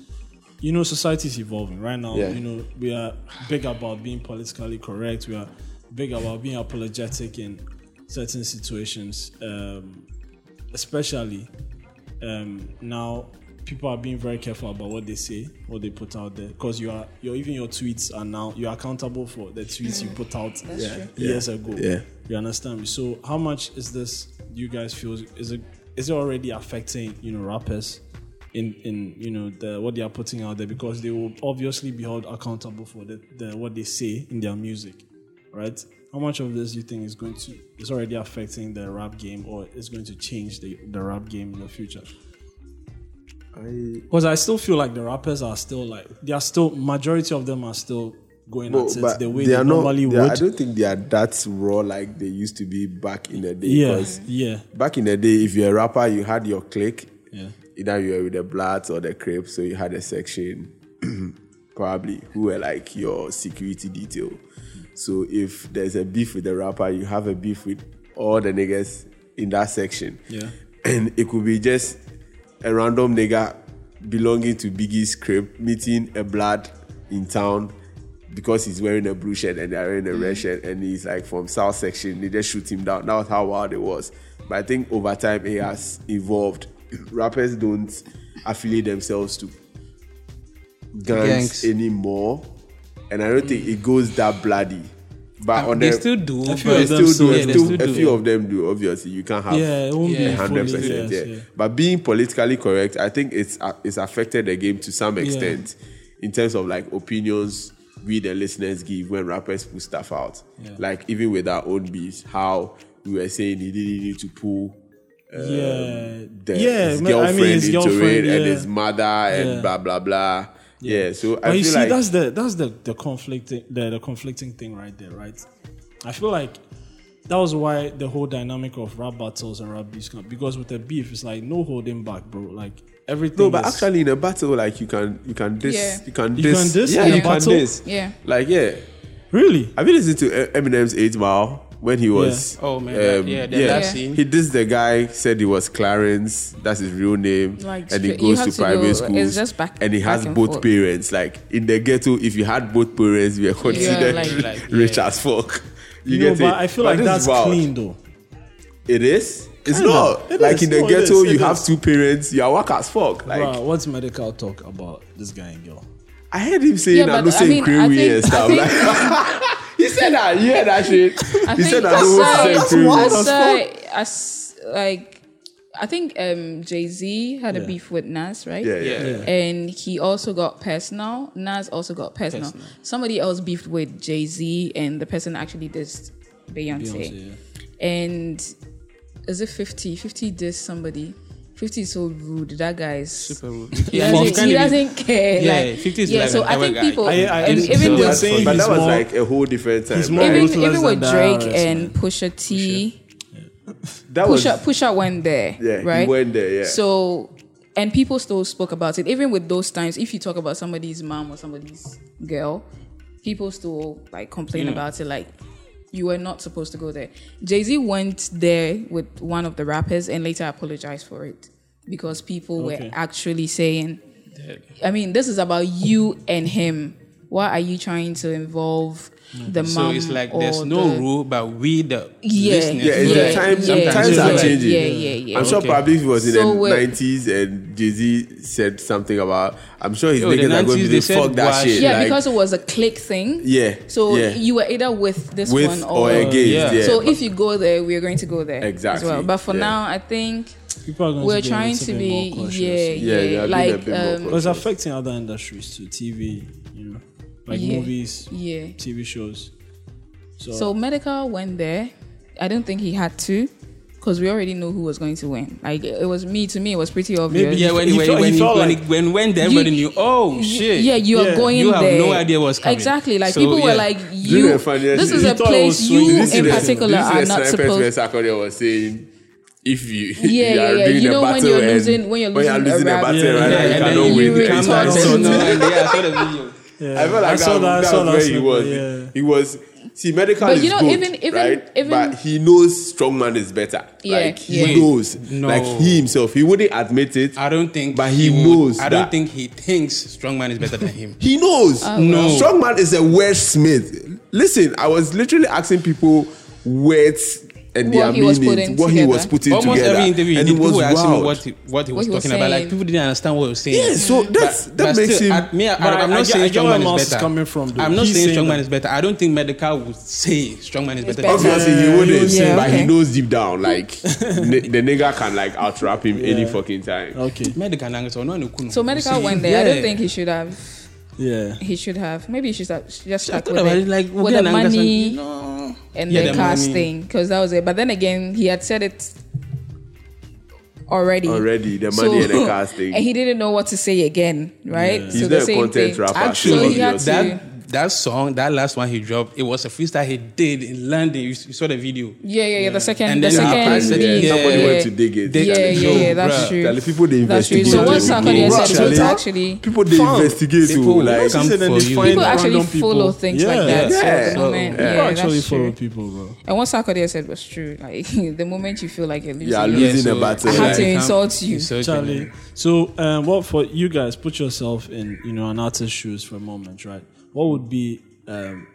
[SPEAKER 2] you know society is evolving right now?
[SPEAKER 5] Yeah.
[SPEAKER 2] You know, we are big about being politically correct. We are big about being apologetic in certain situations, um, especially um, now people are being very careful about what they say, what they put out there, because you are, your even your tweets are now you are accountable for the tweets you put out years ago.
[SPEAKER 5] Yeah.
[SPEAKER 2] you understand me. So, how much is this? Do you guys feel is it is it already affecting you know rappers in in you know the what they are putting out there because they will obviously be held accountable for the, the what they say in their music, right? How much of this do you think is going to is already affecting the rap game or is going to change the, the rap game in the future? Because I still feel like the rappers are still like they are still majority of them are still going
[SPEAKER 5] But,
[SPEAKER 2] at it
[SPEAKER 5] but
[SPEAKER 2] the way
[SPEAKER 5] they
[SPEAKER 2] they,
[SPEAKER 5] are not.
[SPEAKER 2] normally
[SPEAKER 5] They are, I
[SPEAKER 2] would.
[SPEAKER 5] don't think they are that raw like they used to be back in the day.
[SPEAKER 2] yeah,
[SPEAKER 5] 'cause
[SPEAKER 2] yeah,
[SPEAKER 5] Back in the day, if you're a rapper, you had your clique.
[SPEAKER 2] yeah.
[SPEAKER 5] Either you were with the Bloods or the Crips, so you had a section, probably, who were like your security detail. So if there's a beef with the rapper, you have a beef with all the niggas in that section.
[SPEAKER 2] Yeah.
[SPEAKER 5] And it could be just a random nigga belonging to Biggie's Crip meeting a Blood in town because he's wearing a blue shirt and they're wearing a red shirt and he's like from South section. They just shoot him down. That was how wild it was. But I think over time it has evolved. Rappers don't affiliate themselves to gangs,
[SPEAKER 4] Gangs.
[SPEAKER 5] anymore. And I don't think it goes that bloody. But on
[SPEAKER 4] They
[SPEAKER 5] the,
[SPEAKER 4] still do.
[SPEAKER 2] A few
[SPEAKER 4] but-
[SPEAKER 5] they
[SPEAKER 2] of them
[SPEAKER 5] still do.
[SPEAKER 2] Yeah,
[SPEAKER 5] a
[SPEAKER 2] they
[SPEAKER 5] few-
[SPEAKER 4] still
[SPEAKER 5] a
[SPEAKER 4] do.
[SPEAKER 5] few of them do. Obviously, you can't have
[SPEAKER 2] Yeah, it won't
[SPEAKER 4] Yeah,
[SPEAKER 2] be fully.
[SPEAKER 5] hundred percent.
[SPEAKER 2] yes,
[SPEAKER 5] Yeah. But being politically correct, I think it's uh, it's affected the game to some extent in terms of like opinions we the listeners give when rappers put stuff out. Like even with our own beats, how we were saying he didn't need to pull
[SPEAKER 2] Yeah, yeah.
[SPEAKER 5] the,
[SPEAKER 2] yeah
[SPEAKER 5] his
[SPEAKER 2] man,
[SPEAKER 5] girlfriend
[SPEAKER 2] I mean, his
[SPEAKER 5] into it
[SPEAKER 2] girlfriend, yeah.
[SPEAKER 5] and his mother and
[SPEAKER 2] Yeah.
[SPEAKER 5] blah blah blah. Yeah, so I
[SPEAKER 2] but you
[SPEAKER 5] feel
[SPEAKER 2] see,
[SPEAKER 5] like
[SPEAKER 2] that's the that's the the conflicting the, the conflicting thing right there, right? I feel like that was why the whole dynamic of rap battles and rap beefs come because with the beef, it's like no holding back, bro. Like everything.
[SPEAKER 5] no, but
[SPEAKER 2] is-
[SPEAKER 5] actually in a battle, like you can you can diss
[SPEAKER 3] Yeah.
[SPEAKER 5] you can
[SPEAKER 2] You
[SPEAKER 5] diss
[SPEAKER 2] can diss
[SPEAKER 5] yeah
[SPEAKER 2] in a
[SPEAKER 5] you can
[SPEAKER 2] battle?
[SPEAKER 5] diss
[SPEAKER 3] Yeah.
[SPEAKER 5] like yeah.
[SPEAKER 2] really,
[SPEAKER 5] Have you listened to E, Eminem's 8 Mile when he was? um,
[SPEAKER 4] Oh, man, that- yeah, that-
[SPEAKER 3] that
[SPEAKER 4] scene.
[SPEAKER 5] He dissed the guy, said he was Clarence, that's his real name,
[SPEAKER 3] Like,
[SPEAKER 5] and he
[SPEAKER 3] you
[SPEAKER 5] goes
[SPEAKER 3] have
[SPEAKER 5] to
[SPEAKER 3] to
[SPEAKER 5] private
[SPEAKER 3] go-
[SPEAKER 5] schools.
[SPEAKER 3] it's just back-
[SPEAKER 5] and he has
[SPEAKER 3] back and
[SPEAKER 5] both
[SPEAKER 3] forth.
[SPEAKER 5] parents. Like in the ghetto, if you had both parents, you were considered
[SPEAKER 3] like-
[SPEAKER 4] Like,
[SPEAKER 5] rich as fuck. You
[SPEAKER 2] no,
[SPEAKER 5] get
[SPEAKER 2] but
[SPEAKER 5] it?
[SPEAKER 2] I feel like
[SPEAKER 5] this is
[SPEAKER 2] that's
[SPEAKER 5] wild.
[SPEAKER 2] clean though.
[SPEAKER 5] It is. It's
[SPEAKER 2] Kinda.
[SPEAKER 5] not
[SPEAKER 2] It
[SPEAKER 5] like
[SPEAKER 2] is.
[SPEAKER 5] in the
[SPEAKER 2] No, it
[SPEAKER 5] ghetto.
[SPEAKER 2] is. It
[SPEAKER 5] you have
[SPEAKER 2] is.
[SPEAKER 5] two parents. You are work as fuck. Like
[SPEAKER 2] Bruh, what's medical talk about this guy and girl?
[SPEAKER 5] I heard him saying
[SPEAKER 3] Yeah,
[SPEAKER 5] that
[SPEAKER 3] but
[SPEAKER 5] no
[SPEAKER 3] I
[SPEAKER 5] saying
[SPEAKER 3] mean,
[SPEAKER 5] crewe
[SPEAKER 3] I think-
[SPEAKER 5] and stuff.
[SPEAKER 3] I
[SPEAKER 5] like, he said that. You heard that shit.
[SPEAKER 3] I
[SPEAKER 5] he
[SPEAKER 3] think
[SPEAKER 5] said that
[SPEAKER 3] that's
[SPEAKER 5] no
[SPEAKER 3] why-
[SPEAKER 5] saying
[SPEAKER 3] that's
[SPEAKER 5] crewe.
[SPEAKER 3] I saw- I s- like I think um, Jay Z had a beef with Nas, right?
[SPEAKER 5] Yeah, yeah.
[SPEAKER 4] Yeah.
[SPEAKER 3] And he also got personal. Nas also got personal.
[SPEAKER 4] Personal.
[SPEAKER 3] Somebody else beefed with Jay Z, and the person actually dissed Beyonce.
[SPEAKER 2] Beyonce,
[SPEAKER 3] And is it 50? 50 dissed somebody. 50 is so rude. That guy is.
[SPEAKER 4] Super rude.
[SPEAKER 3] He
[SPEAKER 4] Yeah,
[SPEAKER 3] doesn't,
[SPEAKER 4] he's kind
[SPEAKER 3] he
[SPEAKER 4] of-
[SPEAKER 3] doesn't care.
[SPEAKER 4] Yeah,
[SPEAKER 3] like,
[SPEAKER 4] 50 is
[SPEAKER 3] yeah.
[SPEAKER 4] like
[SPEAKER 3] so
[SPEAKER 4] an
[SPEAKER 3] I think
[SPEAKER 4] arrogant guy.
[SPEAKER 3] people,
[SPEAKER 2] I- I-
[SPEAKER 3] and
[SPEAKER 2] and
[SPEAKER 3] even
[SPEAKER 2] so
[SPEAKER 3] with
[SPEAKER 2] that's saying
[SPEAKER 5] But
[SPEAKER 2] he's
[SPEAKER 5] that was
[SPEAKER 2] more-
[SPEAKER 5] like a whole different time.
[SPEAKER 2] he's more-
[SPEAKER 5] Like,
[SPEAKER 3] even,
[SPEAKER 2] ruthless
[SPEAKER 3] even with
[SPEAKER 2] and
[SPEAKER 3] Drake
[SPEAKER 2] direct,
[SPEAKER 3] and Pusha T,
[SPEAKER 5] that was
[SPEAKER 3] Pusha Pusha went there.
[SPEAKER 5] Yeah, he
[SPEAKER 3] right.
[SPEAKER 5] went there, yeah.
[SPEAKER 3] So, and people still spoke about it. Even with those times, if you talk about somebody's mom or somebody's girl, people still like complain about it. Like you were not supposed to go there. Jay Z went there with one of the rappers and later apologized for it because people
[SPEAKER 2] Okay.
[SPEAKER 3] were actually saying, I mean, this is about you and him. Why are you trying to involve the
[SPEAKER 4] So
[SPEAKER 3] mom?
[SPEAKER 4] it's like
[SPEAKER 3] or
[SPEAKER 4] there's no
[SPEAKER 3] the-
[SPEAKER 4] rule, but we the
[SPEAKER 3] Yeah,
[SPEAKER 4] listeners.
[SPEAKER 5] Yeah, it's the
[SPEAKER 4] like,
[SPEAKER 5] time-
[SPEAKER 4] sometimes
[SPEAKER 5] times
[SPEAKER 4] we're
[SPEAKER 5] are
[SPEAKER 4] like,
[SPEAKER 5] changing.
[SPEAKER 3] Yeah, yeah, yeah.
[SPEAKER 5] I'm sure
[SPEAKER 4] Okay.
[SPEAKER 5] probably if it was in
[SPEAKER 3] So
[SPEAKER 5] the
[SPEAKER 3] we're-
[SPEAKER 5] 90s and Jay Z said something about. I'm sure his
[SPEAKER 4] Yo, the
[SPEAKER 5] niggas are going to
[SPEAKER 4] 90s,
[SPEAKER 5] be
[SPEAKER 4] they
[SPEAKER 5] like, fuck
[SPEAKER 4] said
[SPEAKER 5] that
[SPEAKER 4] wash.
[SPEAKER 5] shit.
[SPEAKER 3] Yeah,
[SPEAKER 5] like,
[SPEAKER 3] because it was a click thing.
[SPEAKER 5] Yeah,
[SPEAKER 3] So
[SPEAKER 5] yeah.
[SPEAKER 3] you were either with this one
[SPEAKER 5] with
[SPEAKER 3] or,
[SPEAKER 5] or against. Yeah.
[SPEAKER 4] yeah.
[SPEAKER 3] so if you go there, we are going to go there.
[SPEAKER 5] Exactly,
[SPEAKER 3] As well. But for
[SPEAKER 5] yeah.
[SPEAKER 3] now, I think
[SPEAKER 2] People are going
[SPEAKER 3] we're
[SPEAKER 2] to be a
[SPEAKER 3] trying
[SPEAKER 2] little
[SPEAKER 3] to
[SPEAKER 2] bit
[SPEAKER 3] be
[SPEAKER 2] more cautious.
[SPEAKER 3] yeah,
[SPEAKER 5] Yeah,
[SPEAKER 3] yeah,
[SPEAKER 5] they are being a
[SPEAKER 3] like
[SPEAKER 5] bit more
[SPEAKER 3] um,
[SPEAKER 5] cautious.
[SPEAKER 2] But it's affecting other industries too, TV, you know, like
[SPEAKER 3] Yeah.
[SPEAKER 2] movies,
[SPEAKER 3] yeah.
[SPEAKER 2] TV shows. So,
[SPEAKER 3] So medical went there. I don't think he had to. Because we already knew who was going to win. Like it was me. To me, it was pretty obvious.
[SPEAKER 2] Maybe
[SPEAKER 4] Yeah, when
[SPEAKER 2] He
[SPEAKER 4] when
[SPEAKER 2] felt- he
[SPEAKER 4] when
[SPEAKER 2] felt
[SPEAKER 4] when,
[SPEAKER 2] like-
[SPEAKER 4] it- when when everybody knew, oh shit,
[SPEAKER 3] Yeah, you
[SPEAKER 2] Yeah.
[SPEAKER 3] are going
[SPEAKER 4] You have
[SPEAKER 3] there.
[SPEAKER 4] no idea what's coming.
[SPEAKER 3] Exactly. Like
[SPEAKER 4] So,
[SPEAKER 3] people were
[SPEAKER 4] yeah.
[SPEAKER 3] like,
[SPEAKER 5] you
[SPEAKER 3] you.
[SPEAKER 5] know, funny,
[SPEAKER 3] This is
[SPEAKER 5] you
[SPEAKER 3] a
[SPEAKER 2] thought I
[SPEAKER 3] place
[SPEAKER 2] was
[SPEAKER 3] you
[SPEAKER 2] swinging.
[SPEAKER 5] This is
[SPEAKER 3] in
[SPEAKER 5] the-
[SPEAKER 3] particular
[SPEAKER 5] this is
[SPEAKER 3] are not
[SPEAKER 5] the sniper
[SPEAKER 3] supposed.
[SPEAKER 5] verse Accordion was saying. If you,
[SPEAKER 3] Yeah,
[SPEAKER 5] you
[SPEAKER 3] yeah,
[SPEAKER 5] are
[SPEAKER 3] yeah.
[SPEAKER 5] doing
[SPEAKER 3] You
[SPEAKER 5] a
[SPEAKER 3] know when
[SPEAKER 5] battle
[SPEAKER 3] you're
[SPEAKER 5] and-
[SPEAKER 3] losing- when you're losing a rap-
[SPEAKER 5] battle,
[SPEAKER 2] Yeah, yeah,
[SPEAKER 5] right? now, you
[SPEAKER 2] and
[SPEAKER 5] cannot
[SPEAKER 2] then
[SPEAKER 5] win.
[SPEAKER 3] you
[SPEAKER 5] Exactly.
[SPEAKER 3] come back to
[SPEAKER 5] So-
[SPEAKER 4] No, and yeah, I saw the video.
[SPEAKER 2] yeah.
[SPEAKER 5] I felt like that, that, was where he
[SPEAKER 2] snippet,
[SPEAKER 5] was.
[SPEAKER 2] yeah.
[SPEAKER 5] He was. See, medical
[SPEAKER 3] But you
[SPEAKER 5] is
[SPEAKER 3] know,
[SPEAKER 5] good,
[SPEAKER 3] even- even-
[SPEAKER 5] right?
[SPEAKER 3] even-
[SPEAKER 5] but he knows strongman is better.
[SPEAKER 3] Yeah,
[SPEAKER 5] like he
[SPEAKER 3] yeah.
[SPEAKER 5] knows.
[SPEAKER 4] No.
[SPEAKER 5] Like he himself, he wouldn't admit it.
[SPEAKER 4] I don't think,
[SPEAKER 5] But he
[SPEAKER 4] would-
[SPEAKER 5] knows
[SPEAKER 4] I don't
[SPEAKER 5] that.
[SPEAKER 4] think he thinks strongman is better than him.
[SPEAKER 5] He
[SPEAKER 3] Oh,
[SPEAKER 5] knows.
[SPEAKER 4] No.
[SPEAKER 5] Strongman is a wordsmith. Listen, I was literally asking people words and their
[SPEAKER 3] What he was
[SPEAKER 5] meanings,
[SPEAKER 3] putting
[SPEAKER 5] what he was
[SPEAKER 3] together.
[SPEAKER 5] putting
[SPEAKER 4] Almost
[SPEAKER 5] together.
[SPEAKER 4] every interview, he
[SPEAKER 5] and
[SPEAKER 4] did,
[SPEAKER 5] it was
[SPEAKER 4] people were asking him
[SPEAKER 5] wild.
[SPEAKER 4] what he, what he was,
[SPEAKER 3] What he was
[SPEAKER 4] talking about. Like
[SPEAKER 3] saying.
[SPEAKER 4] people didn't understand what he was saying.
[SPEAKER 5] Yeah, so that's that
[SPEAKER 4] But
[SPEAKER 5] makes
[SPEAKER 4] still,
[SPEAKER 5] him.
[SPEAKER 4] I, me, I,
[SPEAKER 2] But I-
[SPEAKER 4] am
[SPEAKER 2] I
[SPEAKER 4] not
[SPEAKER 2] get- I
[SPEAKER 4] saying
[SPEAKER 2] get where
[SPEAKER 4] strongman
[SPEAKER 2] Mouse
[SPEAKER 4] is
[SPEAKER 2] is
[SPEAKER 4] better.
[SPEAKER 2] coming from, though.
[SPEAKER 4] I'm not
[SPEAKER 2] He's
[SPEAKER 4] saying
[SPEAKER 2] saying
[SPEAKER 4] strongman
[SPEAKER 2] that-
[SPEAKER 4] is better. I don't think medical would say strongman is better. than
[SPEAKER 3] better.
[SPEAKER 4] him.
[SPEAKER 5] Obviously,
[SPEAKER 2] Yeah,
[SPEAKER 5] he wouldn't,
[SPEAKER 3] yeah,
[SPEAKER 5] but
[SPEAKER 3] okay.
[SPEAKER 5] he knows deep down, like n- the nigga can like outrap him any
[SPEAKER 2] Yeah.
[SPEAKER 5] fucking time.
[SPEAKER 2] Okay.
[SPEAKER 4] Medical language or no, no, no.
[SPEAKER 3] So medical
[SPEAKER 4] See,
[SPEAKER 3] went there. I
[SPEAKER 4] yeah.
[SPEAKER 3] don't think he should have.
[SPEAKER 2] Yeah.
[SPEAKER 3] He should have. Maybe he should have just
[SPEAKER 4] I
[SPEAKER 3] stuck
[SPEAKER 4] thought
[SPEAKER 3] with
[SPEAKER 4] about
[SPEAKER 3] it.
[SPEAKER 4] it like
[SPEAKER 3] with the
[SPEAKER 4] Ugandan language,
[SPEAKER 3] money
[SPEAKER 4] you know.
[SPEAKER 3] and
[SPEAKER 4] Yeah,
[SPEAKER 3] the,
[SPEAKER 4] the
[SPEAKER 3] cast
[SPEAKER 4] money.
[SPEAKER 3] thing, because that was it. But then again, he had said it already.
[SPEAKER 5] Already, the
[SPEAKER 3] So-
[SPEAKER 5] money and the casting.
[SPEAKER 3] and he didn't know what to say again, right?
[SPEAKER 5] He's not a content rapper.
[SPEAKER 3] Actually,
[SPEAKER 5] so
[SPEAKER 3] he had
[SPEAKER 5] obvious.
[SPEAKER 3] to.
[SPEAKER 4] that that song, that last one he dropped, it was a freestyle he did in London. You, s- you saw the video.
[SPEAKER 3] Yeah, yeah, yeah. The second,
[SPEAKER 4] And
[SPEAKER 3] the
[SPEAKER 4] then
[SPEAKER 5] Yeah,
[SPEAKER 4] apparently,
[SPEAKER 3] second,
[SPEAKER 5] yeah,
[SPEAKER 4] yeah.
[SPEAKER 5] somebody
[SPEAKER 4] Yeah.
[SPEAKER 5] went to dig it.
[SPEAKER 4] Dig-
[SPEAKER 3] yeah, yeah,
[SPEAKER 4] Yo,
[SPEAKER 3] yeah, that's
[SPEAKER 4] bruh.
[SPEAKER 3] true.
[SPEAKER 5] Charlie, people they
[SPEAKER 3] That's true.
[SPEAKER 5] investigate.
[SPEAKER 3] So what
[SPEAKER 5] oh,
[SPEAKER 3] Sarkodie
[SPEAKER 5] bro.
[SPEAKER 3] said was
[SPEAKER 5] Charlie,
[SPEAKER 3] actually-
[SPEAKER 5] people they
[SPEAKER 2] Found.
[SPEAKER 5] investigate. oh,
[SPEAKER 4] People
[SPEAKER 5] like
[SPEAKER 4] come
[SPEAKER 2] Listen,
[SPEAKER 4] for
[SPEAKER 2] they
[SPEAKER 4] you.
[SPEAKER 2] find
[SPEAKER 3] people
[SPEAKER 2] random
[SPEAKER 3] actually follow
[SPEAKER 2] people.
[SPEAKER 3] things
[SPEAKER 2] Yeah.
[SPEAKER 3] like that.
[SPEAKER 5] Yeah.
[SPEAKER 3] So,
[SPEAKER 5] So-
[SPEAKER 3] the moment,
[SPEAKER 5] yeah.
[SPEAKER 3] yeah,
[SPEAKER 2] People actually
[SPEAKER 3] that's
[SPEAKER 2] follow
[SPEAKER 3] true.
[SPEAKER 2] people, bro.
[SPEAKER 3] And what Sarkodie said was true. Like the moment you feel like you're losing,
[SPEAKER 5] You are
[SPEAKER 3] it,
[SPEAKER 5] losing a battle.
[SPEAKER 3] I had
[SPEAKER 5] like-
[SPEAKER 3] to insult you.
[SPEAKER 4] Insult
[SPEAKER 2] Charlie. So, um, what for you guys? Put yourself in, you know, an artist's shoes for a moment, right? What would be um,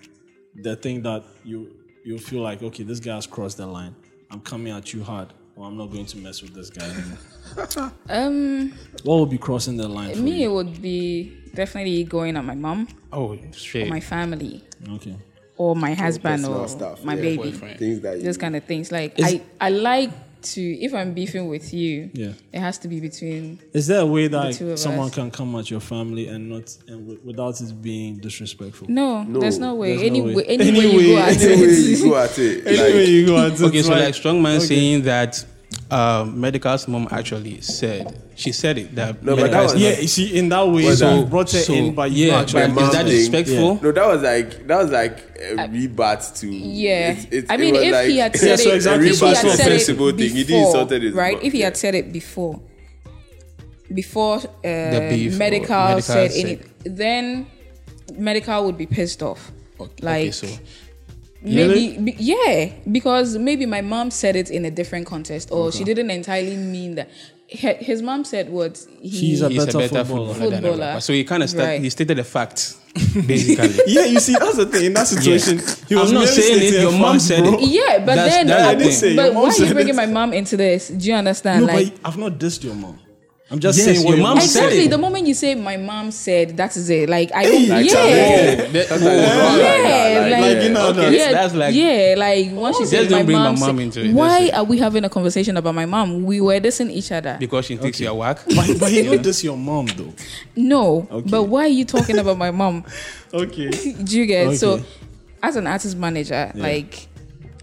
[SPEAKER 2] the thing that you you feel like, okay, this guy's crossed the line. I'm coming at you hard, or I'm not going to mess with this guy anymore.
[SPEAKER 3] Um,
[SPEAKER 2] what would be crossing the line for
[SPEAKER 3] me, it
[SPEAKER 2] you?
[SPEAKER 3] would be definitely going at my mom,
[SPEAKER 4] Oh shit.
[SPEAKER 3] my family,
[SPEAKER 2] Okay.
[SPEAKER 3] or my husband,
[SPEAKER 5] personal
[SPEAKER 3] or
[SPEAKER 5] stuff,
[SPEAKER 3] my
[SPEAKER 5] yeah.
[SPEAKER 3] baby.
[SPEAKER 5] things that you
[SPEAKER 3] Those kind of things. Like I, I like to. If I'm beefing with you,
[SPEAKER 2] Yeah.
[SPEAKER 3] it has to be between.
[SPEAKER 2] Is there a way
[SPEAKER 3] two
[SPEAKER 2] that
[SPEAKER 3] of
[SPEAKER 2] someone
[SPEAKER 3] us.
[SPEAKER 2] can come at your family and not and w- without it being disrespectful?
[SPEAKER 3] No, there's no way.
[SPEAKER 2] there's no
[SPEAKER 3] Any
[SPEAKER 2] way.
[SPEAKER 3] way, any way you go at
[SPEAKER 5] Anyway,
[SPEAKER 3] it.
[SPEAKER 5] you go at it.
[SPEAKER 2] Anyway,
[SPEAKER 5] Like,
[SPEAKER 2] you go at it,
[SPEAKER 4] okay, so
[SPEAKER 2] right?
[SPEAKER 4] like strongman saying that uh, medical's mom actually said she said it that
[SPEAKER 5] No, but that
[SPEAKER 4] Medical's
[SPEAKER 5] was-
[SPEAKER 4] not-
[SPEAKER 2] yeah, you see, in that way,
[SPEAKER 5] Well,
[SPEAKER 2] so,
[SPEAKER 5] that-
[SPEAKER 2] brought her
[SPEAKER 4] so,
[SPEAKER 2] in, but you
[SPEAKER 4] yeah,
[SPEAKER 2] actually.
[SPEAKER 4] but
[SPEAKER 5] mom
[SPEAKER 4] is that
[SPEAKER 5] thing.
[SPEAKER 4] disrespectful?
[SPEAKER 5] no, that was like that was like a rebut to.
[SPEAKER 3] Yeah,
[SPEAKER 5] it's- it's-
[SPEAKER 3] I
[SPEAKER 5] it
[SPEAKER 3] mean,
[SPEAKER 5] was
[SPEAKER 3] if
[SPEAKER 5] like-
[SPEAKER 3] he had said it,
[SPEAKER 2] so exactly.
[SPEAKER 3] if he
[SPEAKER 2] It's
[SPEAKER 3] had
[SPEAKER 2] not
[SPEAKER 3] said it
[SPEAKER 5] sensible
[SPEAKER 3] before,
[SPEAKER 5] thing. He did insulted his
[SPEAKER 3] right?
[SPEAKER 5] mom,
[SPEAKER 3] If he
[SPEAKER 5] yeah.
[SPEAKER 3] had said it before, before uh,
[SPEAKER 4] beef or
[SPEAKER 3] medical,
[SPEAKER 4] medical
[SPEAKER 3] said,
[SPEAKER 4] said-
[SPEAKER 3] any, then medical would be pissed off. Like
[SPEAKER 4] okay, so
[SPEAKER 3] maybe, be- yeah, because maybe my mom said it in a different context, or she didn't entirely mean that. He- His mom said what he.
[SPEAKER 2] She's a
[SPEAKER 4] he's
[SPEAKER 2] better
[SPEAKER 4] a better
[SPEAKER 2] footballer.
[SPEAKER 4] footballer, than
[SPEAKER 3] Footballer.
[SPEAKER 4] Alaba. So he kind of start,
[SPEAKER 3] Right.
[SPEAKER 4] he stated the fact basically.
[SPEAKER 2] yeah, you see, that's the thing. In that situation, he was
[SPEAKER 4] I'm not
[SPEAKER 2] merely
[SPEAKER 4] saying it,
[SPEAKER 2] stating
[SPEAKER 4] your
[SPEAKER 2] a
[SPEAKER 4] mom
[SPEAKER 2] fact,
[SPEAKER 4] said
[SPEAKER 2] bro.
[SPEAKER 4] it.
[SPEAKER 3] yeah, but
[SPEAKER 4] That's-
[SPEAKER 3] then,
[SPEAKER 4] that's the
[SPEAKER 3] I
[SPEAKER 4] thing. I didn't
[SPEAKER 2] say
[SPEAKER 3] but
[SPEAKER 2] your mom
[SPEAKER 3] why are
[SPEAKER 2] said
[SPEAKER 3] you bringing
[SPEAKER 2] it.
[SPEAKER 3] my mom into this? Do you understand?
[SPEAKER 2] No,
[SPEAKER 3] like,
[SPEAKER 2] but I've not dissed your mom. I'm just
[SPEAKER 4] Yes,
[SPEAKER 2] saying what
[SPEAKER 4] your
[SPEAKER 2] your
[SPEAKER 4] mom
[SPEAKER 2] mom
[SPEAKER 4] said
[SPEAKER 2] said.
[SPEAKER 4] it.
[SPEAKER 3] Exactly. The moment you say my mom said, that is it. Like I don't.
[SPEAKER 5] Like,
[SPEAKER 3] yeah.
[SPEAKER 5] sometimes- sometimes
[SPEAKER 3] Yeah,
[SPEAKER 5] it's not like that, like,
[SPEAKER 3] like-
[SPEAKER 5] yeah.
[SPEAKER 2] You know,
[SPEAKER 4] Okay,
[SPEAKER 3] yeah,
[SPEAKER 4] that's like
[SPEAKER 3] yeah, like once she
[SPEAKER 4] Just
[SPEAKER 3] said
[SPEAKER 4] don't
[SPEAKER 3] my
[SPEAKER 4] bring my
[SPEAKER 3] mom,
[SPEAKER 4] mom
[SPEAKER 3] said-
[SPEAKER 4] into it,
[SPEAKER 3] why
[SPEAKER 4] that's it.
[SPEAKER 3] are we having a conversation about my mom? We were dissing each other.
[SPEAKER 4] because she takes your work.
[SPEAKER 2] But, but you know this your mom though.
[SPEAKER 3] no, but why are you talking about my mom?
[SPEAKER 2] Okay.
[SPEAKER 3] Do you get so?
[SPEAKER 2] Okay.
[SPEAKER 3] As an artist manager, like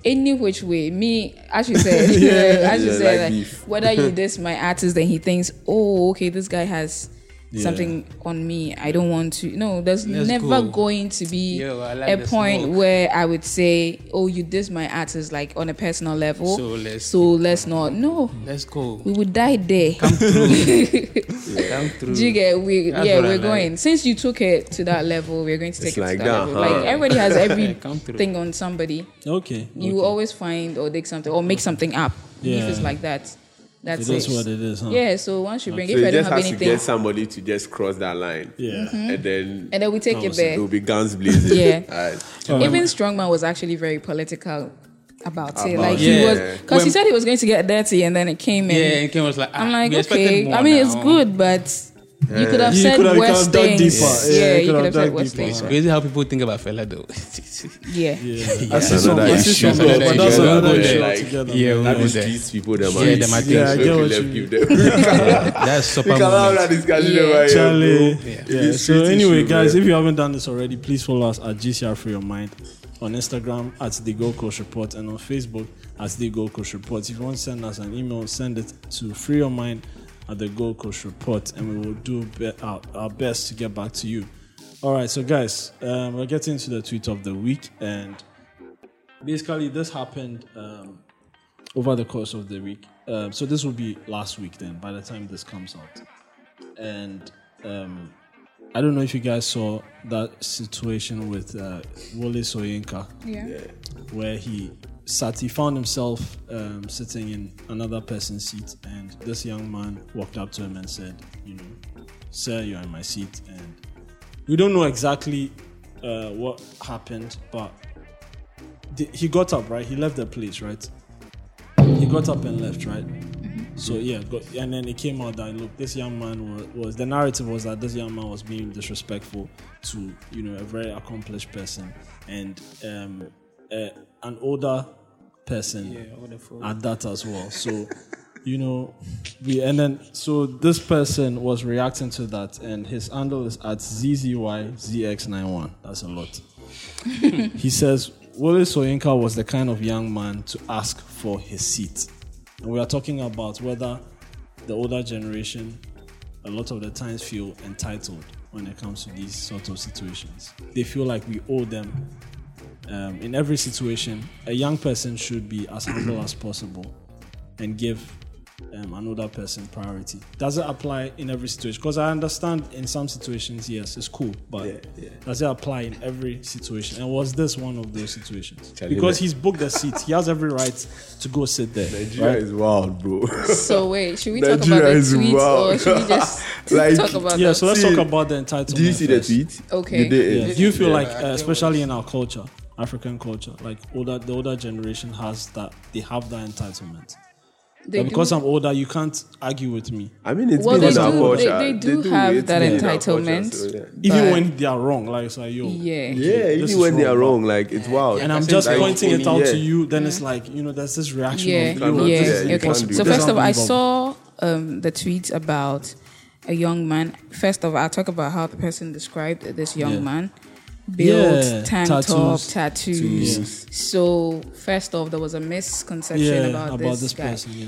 [SPEAKER 3] any which way, me as you said, yeah, as you
[SPEAKER 5] Yeah,
[SPEAKER 3] said,
[SPEAKER 5] like
[SPEAKER 3] like,
[SPEAKER 5] beef.
[SPEAKER 3] whether you diss my artist, then he thinks, oh, okay, this guy has.
[SPEAKER 2] Yeah.
[SPEAKER 3] Something on me, I don't want to. No, there's
[SPEAKER 4] Let's
[SPEAKER 3] never
[SPEAKER 4] go.
[SPEAKER 3] going to be
[SPEAKER 4] Yo, I like
[SPEAKER 3] a
[SPEAKER 4] the
[SPEAKER 3] point
[SPEAKER 4] smoke.
[SPEAKER 3] where I would say, "Oh, you diss my artist like on a personal level."
[SPEAKER 4] So let's-
[SPEAKER 3] so let's not. No,
[SPEAKER 4] Let's go.
[SPEAKER 3] we would die there.
[SPEAKER 4] Come through.
[SPEAKER 3] Do you get? We
[SPEAKER 4] Mm. That's
[SPEAKER 3] yeah,
[SPEAKER 4] what I
[SPEAKER 3] we're
[SPEAKER 4] like.
[SPEAKER 3] going. Since you took it to that level, we're going to take
[SPEAKER 5] It's
[SPEAKER 3] it
[SPEAKER 5] like
[SPEAKER 3] to that,
[SPEAKER 5] that,
[SPEAKER 3] level.
[SPEAKER 5] huh?
[SPEAKER 3] Like everybody has
[SPEAKER 4] Come through.
[SPEAKER 3] everything on somebody.
[SPEAKER 2] Okay.
[SPEAKER 3] You
[SPEAKER 2] okay.
[SPEAKER 3] always find or dig something or make something up.
[SPEAKER 2] Yeah.
[SPEAKER 3] If it's like that, that's
[SPEAKER 2] It is what it is, huh?
[SPEAKER 3] Yeah. So once you bring,
[SPEAKER 5] So
[SPEAKER 3] if
[SPEAKER 5] you
[SPEAKER 3] I don't
[SPEAKER 5] just
[SPEAKER 3] have
[SPEAKER 5] has to
[SPEAKER 3] anything, Mm-hmm.
[SPEAKER 5] get somebody to just cross that line.
[SPEAKER 2] Yeah.
[SPEAKER 5] And then
[SPEAKER 3] and then we take it
[SPEAKER 5] it
[SPEAKER 3] back.
[SPEAKER 5] will be guns blazing.
[SPEAKER 3] Yeah.
[SPEAKER 5] Alright.
[SPEAKER 3] Even Strongman was actually very political about, it.
[SPEAKER 5] About
[SPEAKER 4] it.
[SPEAKER 3] Like he was
[SPEAKER 5] Yeah.
[SPEAKER 3] because he
[SPEAKER 4] When-
[SPEAKER 3] said he was going to get dirty, and then it came in.
[SPEAKER 4] Yeah, and Ken was like, ah,
[SPEAKER 3] I'm like,
[SPEAKER 4] we expected
[SPEAKER 3] okay.
[SPEAKER 4] more
[SPEAKER 3] I mean,
[SPEAKER 4] now.
[SPEAKER 3] it's good, but you could have
[SPEAKER 2] You
[SPEAKER 3] said
[SPEAKER 2] could have
[SPEAKER 3] worse
[SPEAKER 2] dug
[SPEAKER 3] things.
[SPEAKER 2] deeper. Yeah,
[SPEAKER 3] Yeah,
[SPEAKER 2] you could
[SPEAKER 3] you could
[SPEAKER 2] have
[SPEAKER 3] have said
[SPEAKER 2] dug
[SPEAKER 3] worse
[SPEAKER 2] deeper.
[SPEAKER 3] things.
[SPEAKER 4] It's crazy how people think about fella though.
[SPEAKER 3] Yeah.
[SPEAKER 2] Yeah. I
[SPEAKER 5] That's
[SPEAKER 2] see some.
[SPEAKER 5] another
[SPEAKER 2] I see
[SPEAKER 5] issue.
[SPEAKER 2] some. But
[SPEAKER 5] That's
[SPEAKER 2] that's
[SPEAKER 5] another
[SPEAKER 2] another
[SPEAKER 5] issue
[SPEAKER 2] issue
[SPEAKER 5] like-
[SPEAKER 2] altogether.
[SPEAKER 4] yeah, we
[SPEAKER 5] That
[SPEAKER 4] know
[SPEAKER 5] is
[SPEAKER 4] that.
[SPEAKER 5] streets people them
[SPEAKER 4] Yeah, them are
[SPEAKER 2] Yeah, I get what
[SPEAKER 5] left
[SPEAKER 2] you
[SPEAKER 5] give them. We
[SPEAKER 4] That's super
[SPEAKER 5] cannot have that
[SPEAKER 4] moment.
[SPEAKER 5] discussion
[SPEAKER 3] Yeah.
[SPEAKER 5] over here,
[SPEAKER 2] Charlie.
[SPEAKER 5] bro.
[SPEAKER 2] Yeah.
[SPEAKER 5] It is
[SPEAKER 2] So
[SPEAKER 5] street
[SPEAKER 2] anyway,
[SPEAKER 5] issue,
[SPEAKER 2] guys,
[SPEAKER 5] man.
[SPEAKER 2] if you haven't done this already, please follow us at GCR for your mind on Instagram at the Gold Coast Report and on Facebook at the Gold Coast Report. If you want to send us an email, send it to free your mind at the Gold Coast Report, and we will do be- our, our best to get back to you. All right, so guys, um, we're getting to the tweet of the week, and basically this happened um, over the course of the week. Um, so this will be last week then, by the time this comes out, and. Um, I don't know if you guys saw that situation with uh, Wole Soyinka,
[SPEAKER 3] Yeah.
[SPEAKER 2] where he sat, he found himself um, sitting in another person's seat, and this young man walked up to him and said, "You know, sir, you're in my seat." And we don't know exactly uh, what happened, but the, he got up, right? He left the place, right? He got up and left, right? So yeah, got, and then it came out that look, this young man was, was the narrative was that this young man was being disrespectful to you know a very accomplished person and um, uh, an older person at that as well. So you know, we and then so this person was reacting to that, and his handle is at zzyzx91. That's a lot. He says Wole Soyinka was the kind of young man to ask for his seat. And we are talking about whether the older generation a lot of the times feel entitled when it comes to these sort of situations. They feel like we owe them. Um, in every situation, a young person should be as humble as possible and give um, an older person priority. Does it apply in every situation? Because I understand in some situations, yes, it's cool, but does it apply in every situation? And was this one of those situations?
[SPEAKER 5] Charlie,
[SPEAKER 2] because
[SPEAKER 5] man.
[SPEAKER 2] he's booked the seat, he has every right to go sit there.
[SPEAKER 5] Nigeria is wild, bro.
[SPEAKER 3] So wait, should we talk
[SPEAKER 5] Nigeria
[SPEAKER 3] about the
[SPEAKER 5] is
[SPEAKER 3] tweets
[SPEAKER 5] wild.
[SPEAKER 3] or should we just
[SPEAKER 5] Like,
[SPEAKER 3] talk about
[SPEAKER 2] Yeah,
[SPEAKER 3] that?
[SPEAKER 2] so let's
[SPEAKER 5] See-
[SPEAKER 2] talk about the entitlement.
[SPEAKER 5] Do you see the
[SPEAKER 2] first.
[SPEAKER 5] tweet?
[SPEAKER 3] Okay.
[SPEAKER 5] Did they-
[SPEAKER 2] Yeah. Do you feel like, uh, especially in our culture, African culture, like older the older generation has that they have that entitlement?
[SPEAKER 3] They
[SPEAKER 2] Like, because
[SPEAKER 3] do,
[SPEAKER 2] I'm older, you can't argue with me,
[SPEAKER 5] I mean, it's
[SPEAKER 3] Well,
[SPEAKER 5] been
[SPEAKER 3] they
[SPEAKER 5] in our
[SPEAKER 3] do-
[SPEAKER 5] culture.
[SPEAKER 3] they- they do have
[SPEAKER 5] it's
[SPEAKER 3] that
[SPEAKER 5] been in our culture,
[SPEAKER 3] entitlement.
[SPEAKER 5] so yeah.
[SPEAKER 2] even
[SPEAKER 3] But-
[SPEAKER 2] when they are wrong. Like it's like yo,
[SPEAKER 3] yeah.
[SPEAKER 5] Yeah,
[SPEAKER 2] this
[SPEAKER 5] even
[SPEAKER 2] is
[SPEAKER 5] when they are
[SPEAKER 2] wrong.
[SPEAKER 5] wrong, like it's wild.
[SPEAKER 2] and I'm
[SPEAKER 4] Like,
[SPEAKER 2] just
[SPEAKER 5] like,
[SPEAKER 2] pointing it out
[SPEAKER 5] yeah.
[SPEAKER 2] to you. Then it's like you know, there's this reaction.
[SPEAKER 3] Yeah,
[SPEAKER 2] of,
[SPEAKER 5] You cannot
[SPEAKER 2] yo,
[SPEAKER 5] do
[SPEAKER 3] yeah.
[SPEAKER 2] this is
[SPEAKER 5] that. You
[SPEAKER 3] Okay.
[SPEAKER 5] can't
[SPEAKER 2] impossible.
[SPEAKER 5] do
[SPEAKER 3] So
[SPEAKER 5] that.
[SPEAKER 2] This
[SPEAKER 3] first of all, I
[SPEAKER 2] unbelievable.
[SPEAKER 3] saw um, the tweet about a young man. First of all, I'll talk about how the person described this young
[SPEAKER 2] Yeah.
[SPEAKER 3] man. Built,
[SPEAKER 2] Yeah,
[SPEAKER 3] tank top,
[SPEAKER 2] tattoos.
[SPEAKER 3] tattoos. So first off, there was a misconception
[SPEAKER 2] yeah,
[SPEAKER 3] about, this, guy.
[SPEAKER 2] person. Yeah.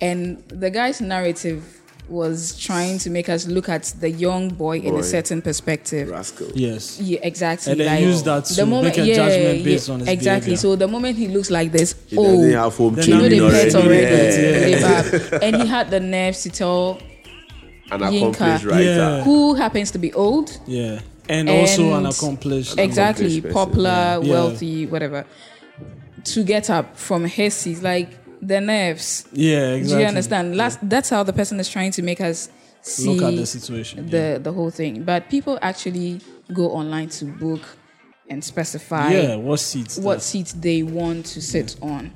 [SPEAKER 3] and the guy's narrative was trying to make us look at the young boy in
[SPEAKER 5] Boy.
[SPEAKER 3] a certain perspective.
[SPEAKER 5] Rascal.
[SPEAKER 2] Yes.
[SPEAKER 3] Yeah, exactly.
[SPEAKER 2] And then
[SPEAKER 3] like,
[SPEAKER 2] use that to make a judgment based on his
[SPEAKER 3] exactly.
[SPEAKER 2] behavior.
[SPEAKER 3] So the moment he looks like this,
[SPEAKER 5] He
[SPEAKER 3] oh,
[SPEAKER 5] doesn't have home
[SPEAKER 2] Then
[SPEAKER 3] you know
[SPEAKER 5] training
[SPEAKER 3] they
[SPEAKER 5] already.
[SPEAKER 3] pet already,
[SPEAKER 5] Yeah.
[SPEAKER 3] they bab. and he had the nerves to tell
[SPEAKER 5] An
[SPEAKER 3] Yinka.
[SPEAKER 5] accomplished
[SPEAKER 2] Yeah.
[SPEAKER 5] writer.
[SPEAKER 3] who happens to be old,
[SPEAKER 2] Yeah. And, also an
[SPEAKER 3] And-
[SPEAKER 2] accomplished.
[SPEAKER 3] exactly,
[SPEAKER 5] accomplished person,
[SPEAKER 3] popular,
[SPEAKER 2] yeah.
[SPEAKER 3] wealthy, whatever, to get up from his seat, like the nerves.
[SPEAKER 2] Yeah. Exactly.
[SPEAKER 3] Do you understand? Last, that's how the person is trying to make us see
[SPEAKER 2] Look at the situation. yeah.
[SPEAKER 3] the the whole thing. But people actually go online to book and specify
[SPEAKER 2] yeah. What seats?
[SPEAKER 3] what seat they want to sit on.